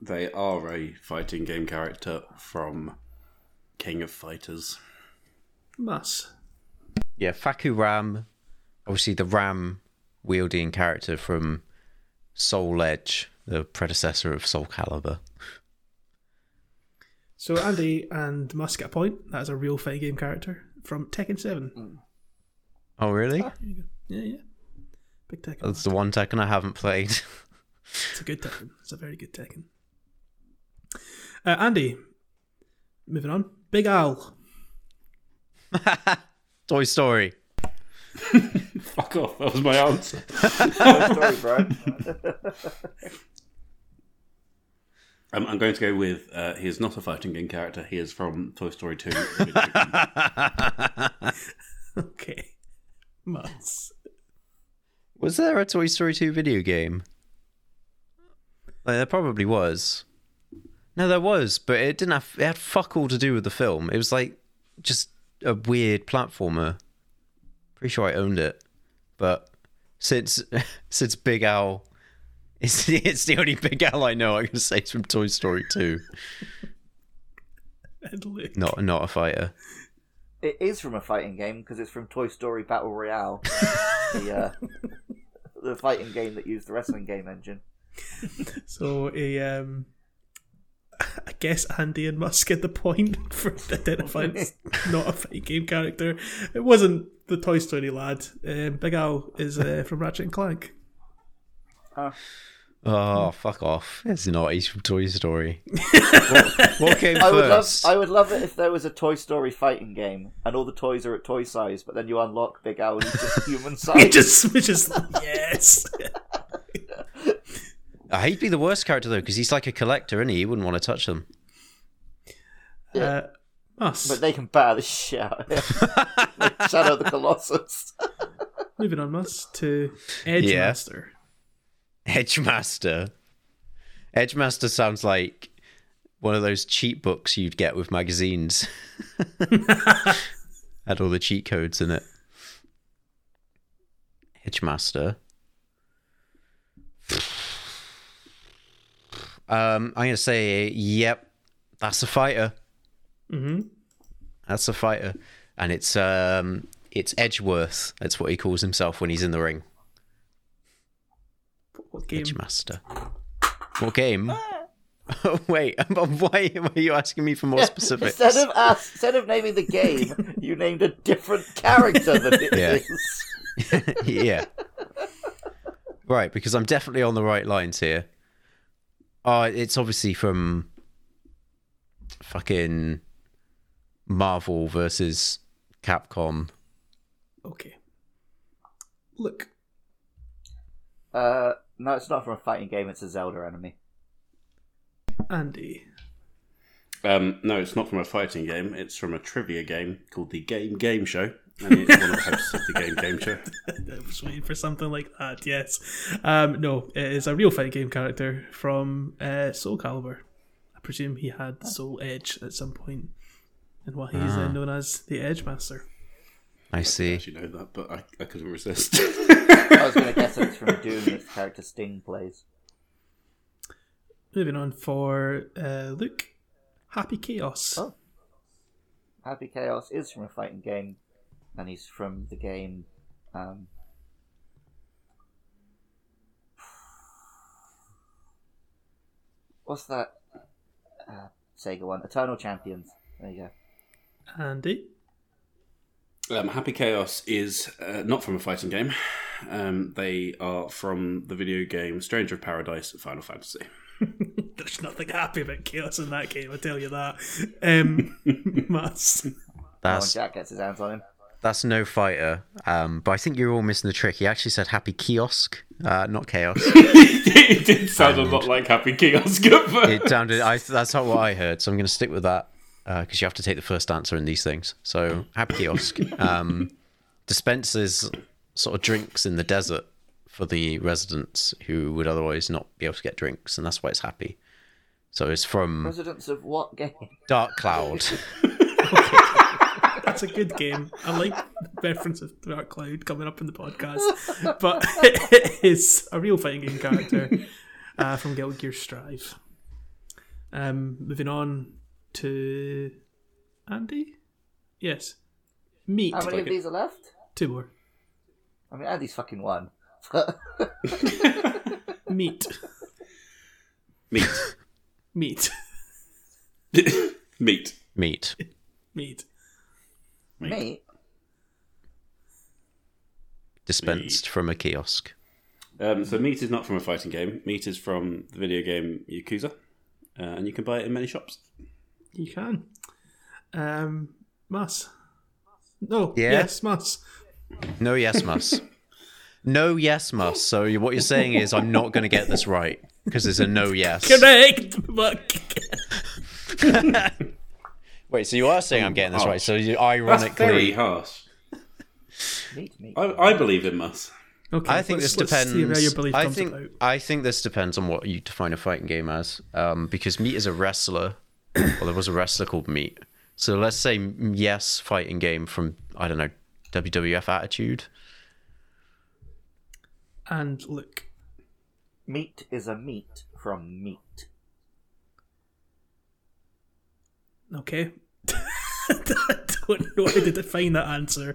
Speaker 3: they are a fighting game character from King of Fighters.
Speaker 1: Mass,
Speaker 4: Yeah, Faku Ram, obviously the ram wielding character from Soul Edge, the predecessor of Soul Calibur.
Speaker 1: So Andy and Musk get a point. That is a real fighting game character from Tekken Seven.
Speaker 4: Oh, really?
Speaker 1: There you go. Yeah, yeah. Big Tekken.
Speaker 4: That's the one Tekken I haven't played.
Speaker 1: It's a good Tekken. It's a very good Tekken. Uh, Andy, moving on. Big Al.
Speaker 4: Toy Story.
Speaker 3: Fuck off! That was my answer.
Speaker 2: Sorry, bro.
Speaker 3: Um, I'm, I'm going to go with uh, he is not a fighting game character. He is from Toy Story Two.
Speaker 1: Okay. Musk.
Speaker 4: Was there a Toy Story 2 video game? Like, there probably was. No, there was, but it didn't have. It had fuck all to do with the film. It was like just a weird platformer. Pretty sure I owned it, but since since Big Al, it's it's the only Big Al I know. I can say it's from Toy Story 2.
Speaker 1: And Luke.
Speaker 4: Not not a fighter.
Speaker 2: It is from a fighting game because it's from Toy Story Battle Royale, the, uh, the fighting game that used the wrestling game engine.
Speaker 1: So a um, I guess Andy and Musk get the point for identifying it's not a fight game character. It wasn't the Toy Story lad. Um, Big Al is uh, from Ratchet and Clank.
Speaker 4: Oh, fuck off. It's not. He's from Toy Story. what, what came
Speaker 2: I would love,
Speaker 4: first?
Speaker 2: I would love it if there was a Toy Story fighting game and all the toys are at toy size, but then you unlock Big Al and he's just human size.
Speaker 1: It just, it just yes.
Speaker 4: Uh, He'd be the worst character, though, because he's like a collector, and he? he wouldn't want to touch them.
Speaker 1: Uh, Musk.
Speaker 2: But they can batter the shit out of him. Like Shadow of the Colossus.
Speaker 1: Moving on, Musk to Edge
Speaker 4: Yeah.
Speaker 1: Master.
Speaker 4: Edgemaster. Edgemaster sounds like one of those cheat books you'd get with magazines. Had all the cheat codes in it. Edgemaster. Um, I'm gonna say, yep, that's a fighter.
Speaker 1: hmm
Speaker 4: That's a fighter, and it's um, it's Edgeworth. That's what he calls himself when he's in the ring.
Speaker 1: What game?
Speaker 4: Edgemaster. What game? Oh, Wait, why why are you asking me for more specifics?
Speaker 2: Instead of us, instead of naming the game, you named a different character than it is.
Speaker 4: Yeah. yeah. Right, because I'm definitely on the right lines here. Uh, it's obviously from fucking Marvel versus Capcom.
Speaker 1: Okay. Look,
Speaker 2: Uh, no, it's not from a fighting game. It's a Zelda enemy.
Speaker 1: Andy.
Speaker 3: Um, no, it's not from a fighting game. It's from a trivia game called the Game Game Show, and it's one of the hosts of the Game Game Show.
Speaker 1: I was waiting for something like that. Yes. Um, no, it is a real fight game character from uh, Soul Calibur. I presume he had Soul Edge at some point, and what he's then known as the Edge Master.
Speaker 4: I see.
Speaker 3: You know that, but I, I couldn't resist.
Speaker 2: I was going to guess it's from Doom. Its character Sting plays.
Speaker 1: Moving on for uh, Luke. Happy Chaos.
Speaker 2: Oh. Happy Chaos is from a fighting game, and he's from the game. Um, what's that uh, Sega one? Eternal Champions. There you go.
Speaker 1: Andy.
Speaker 3: um, Happy Chaos is uh, not from a fighting game. Um, they are from the video game Stranger of Paradise and Final Fantasy.
Speaker 1: There's nothing happy about chaos in that game, I tell you that. Um, Mats.
Speaker 2: Oh, and
Speaker 4: That's
Speaker 2: Jack gets his hands on him.
Speaker 4: that's no fighter. Um, but I think you're all missing the trick. He actually said happy kiosk, uh, not chaos.
Speaker 3: it did sound a lot like Happy Chaos, but
Speaker 4: It sounded. I, that's not what I heard. So I'm going to stick with that because you have to take the first answer in these things. So happy kiosk um, dispenses sort of drinks in the desert for the residents who would otherwise not be able to get drinks, and that's why it's happy. So it's
Speaker 3: Hmm.
Speaker 4: from
Speaker 2: Presidents of what game?
Speaker 4: Dark Cloud.
Speaker 1: That's a good game. I like the reference of Dark Cloud coming up in the podcast. But it is a real fighting game character uh, from Guild Gear Strive. Um, moving on to Andy? Yes. Meat.
Speaker 2: How many of these are left?
Speaker 1: Two more.
Speaker 2: I mean, Andy's fucking one.
Speaker 1: Meat.
Speaker 3: meat,
Speaker 1: Meat.
Speaker 3: meat.
Speaker 4: Meat.
Speaker 1: Meat.
Speaker 2: Me?
Speaker 4: Dispensed from a kiosk.
Speaker 3: Um, so meat is not from a fighting game. Meat is from the video game Yakuza, uh, and you can buy it in many shops.
Speaker 1: You can. Um, Mas. No.
Speaker 4: Yeah?
Speaker 1: Yes, Mas.
Speaker 4: No yes muss. No yes muss. So you- what you're saying is I'm not going to get this right because there's a no yes.
Speaker 1: Correct. Fuck.
Speaker 4: Wait, so you are saying I'm getting this right. So you
Speaker 3: That's
Speaker 4: ironically
Speaker 3: very harsh.
Speaker 2: Meat, meat.
Speaker 3: I, I believe in Mus.
Speaker 1: Okay.
Speaker 4: I think
Speaker 1: let's-
Speaker 4: this
Speaker 1: let's
Speaker 4: depends.
Speaker 1: See where your belief
Speaker 4: I
Speaker 1: comes
Speaker 4: think
Speaker 1: about.
Speaker 4: I think this depends on what you define a fighting game as, um, because Meat is a wrestler. well, there was a wrestler called Meat. So let's say mm, yes, fighting game from I don't know WWF Attitude.
Speaker 1: And look,
Speaker 2: Meat is a meat from meat.
Speaker 1: okay. I don't know how to define that answer.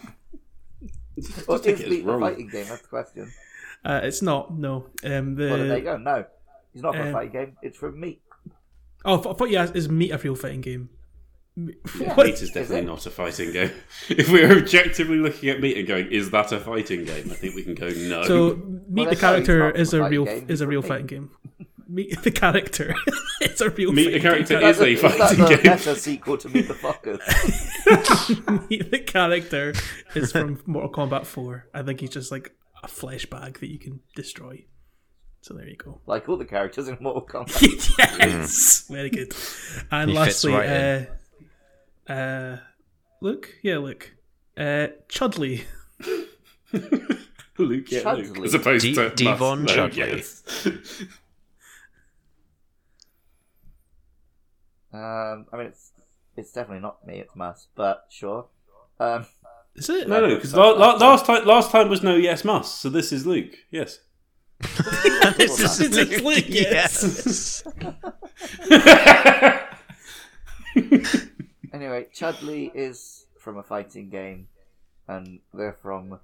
Speaker 3: I
Speaker 5: What
Speaker 3: think
Speaker 5: is
Speaker 3: it was
Speaker 5: the
Speaker 3: wrong.
Speaker 5: fighting game? That's the question.
Speaker 1: Uh, it's not. No. Um, the,
Speaker 5: Well,
Speaker 3: Uh,
Speaker 5: there you go. No, it's not from
Speaker 1: uh,
Speaker 5: a fighting game. It's from meat.
Speaker 1: Oh, I thought you asked, is Meat a real fighting game?
Speaker 3: Meat
Speaker 1: What?
Speaker 3: is definitely not a fighting game. If we're objectively looking at meat and going, is that a fighting game? I think we can go no.
Speaker 1: So,
Speaker 5: that's not-
Speaker 1: Meat the
Speaker 5: it's
Speaker 1: character
Speaker 5: not
Speaker 1: is
Speaker 5: a
Speaker 1: a
Speaker 5: fighting
Speaker 1: real
Speaker 5: game,
Speaker 1: is a
Speaker 5: it's
Speaker 1: real
Speaker 5: a
Speaker 1: fighting game. Meet the character. it's a real
Speaker 3: meat the
Speaker 1: fighting
Speaker 3: character
Speaker 1: game.
Speaker 3: is a
Speaker 5: That's
Speaker 3: fighting
Speaker 5: the
Speaker 3: game.
Speaker 5: better sequel to Meet the Fuckers.
Speaker 1: Meet the character is from Mortal Kombat 4. I think he's just like a flesh bag that you can destroy. So there you go.
Speaker 5: like all the characters in Mortal Kombat.
Speaker 1: yes, very good. And
Speaker 4: Mm. He fits
Speaker 1: lastly,
Speaker 4: right
Speaker 1: uh,
Speaker 4: in.
Speaker 1: uh, Luke, yeah, Luke, uh, Chudley.
Speaker 3: Luke, yeah, Luke.
Speaker 5: Chudley.
Speaker 3: As opposed
Speaker 4: D-
Speaker 3: to
Speaker 4: Devon
Speaker 3: Mas- no,
Speaker 4: Chudley.
Speaker 3: yes.
Speaker 5: Um, I mean, it's it's definitely not me. It's Mass, but sure. Um,
Speaker 1: Is it?
Speaker 3: No, no, because la- la- last time, last time was no yes must. So this is Luke. Yes.
Speaker 4: this
Speaker 5: is
Speaker 1: It's Luke,
Speaker 4: yes.
Speaker 5: anyway, Chudley is from a fighting game, and they're from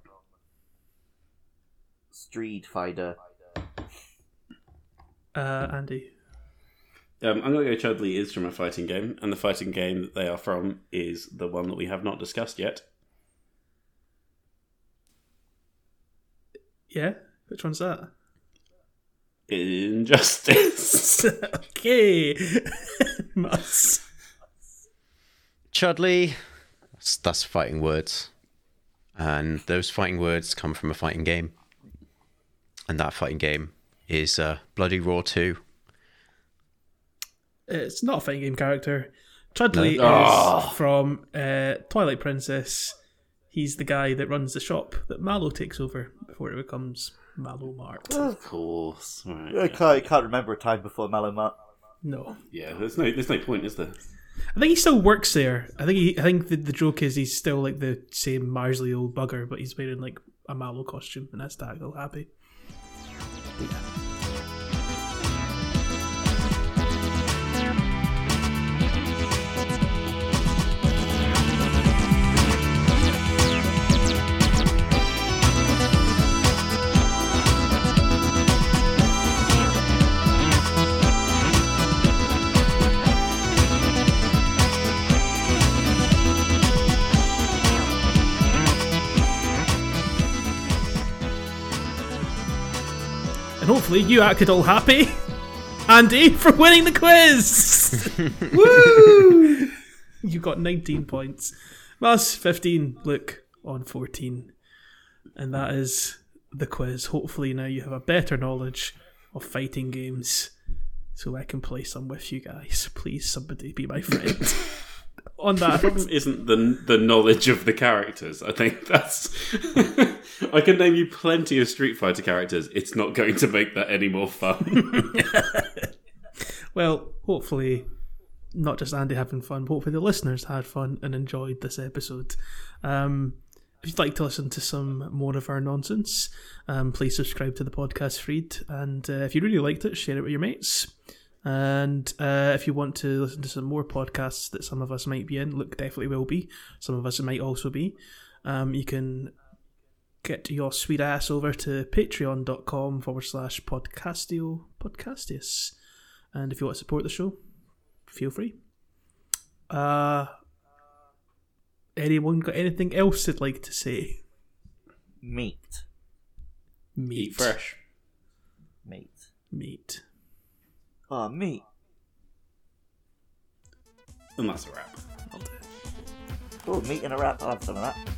Speaker 5: Street Fighter.
Speaker 1: Uh, Andy.
Speaker 3: Um, I'm going to go Chudley is from a fighting game, and the fighting game that they are from is the one that we have not discussed yet.
Speaker 1: Yeah, which one's that?
Speaker 3: Injustice.
Speaker 1: okay, Mas.
Speaker 4: Chudley. That's, that's fighting words. And those fighting words come from a fighting game. And that fighting game is uh, Bloody Raw 2.
Speaker 1: It's not a fighting game character. Chudley
Speaker 4: No.
Speaker 3: Ah.
Speaker 1: is from uh, Twilight Princess. He's the guy that runs the shop that Mallow takes over before it becomes Mallow Mart.
Speaker 3: of course. Right.
Speaker 5: I can't, I can't remember a time before Malamut.
Speaker 1: No,
Speaker 3: Yeah, there's no, there's no point, is there?
Speaker 1: I think he still works there. I think he, I think the, the joke is he's still like the same Marsley old bugger, but he's wearing like a Mallow costume, and that's Daggle happy. And hopefully you acted all happy, Andy, for winning the quiz. Woo! You got 19 points. Mas 15, Luke on 14. And that is the quiz. Hopefully now you have a better knowledge of fighting games so I can play some with you guys. Please somebody be my friend. on that
Speaker 3: The problem isn't the the knowledge of the characters. I think that's. I can name you plenty of Street Fighter characters. It's not going to make that any more fun.
Speaker 1: Well, hopefully, not just Andy having fun, hopefully the listeners had fun and enjoyed this episode. Um, if you'd like to listen to some more of our nonsense, um, please subscribe to the podcast feed. And uh, if you really liked it, share it with your mates. And uh, if you want to listen to some more podcasts that some of us might be in, Luke definitely will be. Some of us might also be. Um, you can get your sweet ass over to patreon.com forward slash podcastio podcastius. And if you want to support the show, feel free. Uh, anyone got anything else they'd like to say?
Speaker 5: Meat.
Speaker 1: Meat.
Speaker 3: Eat fresh.
Speaker 5: Meat.
Speaker 1: Meat.
Speaker 5: Oh, meat.
Speaker 3: And that's a wrap.
Speaker 5: Oh, meat in a wrap. I'll have some of that.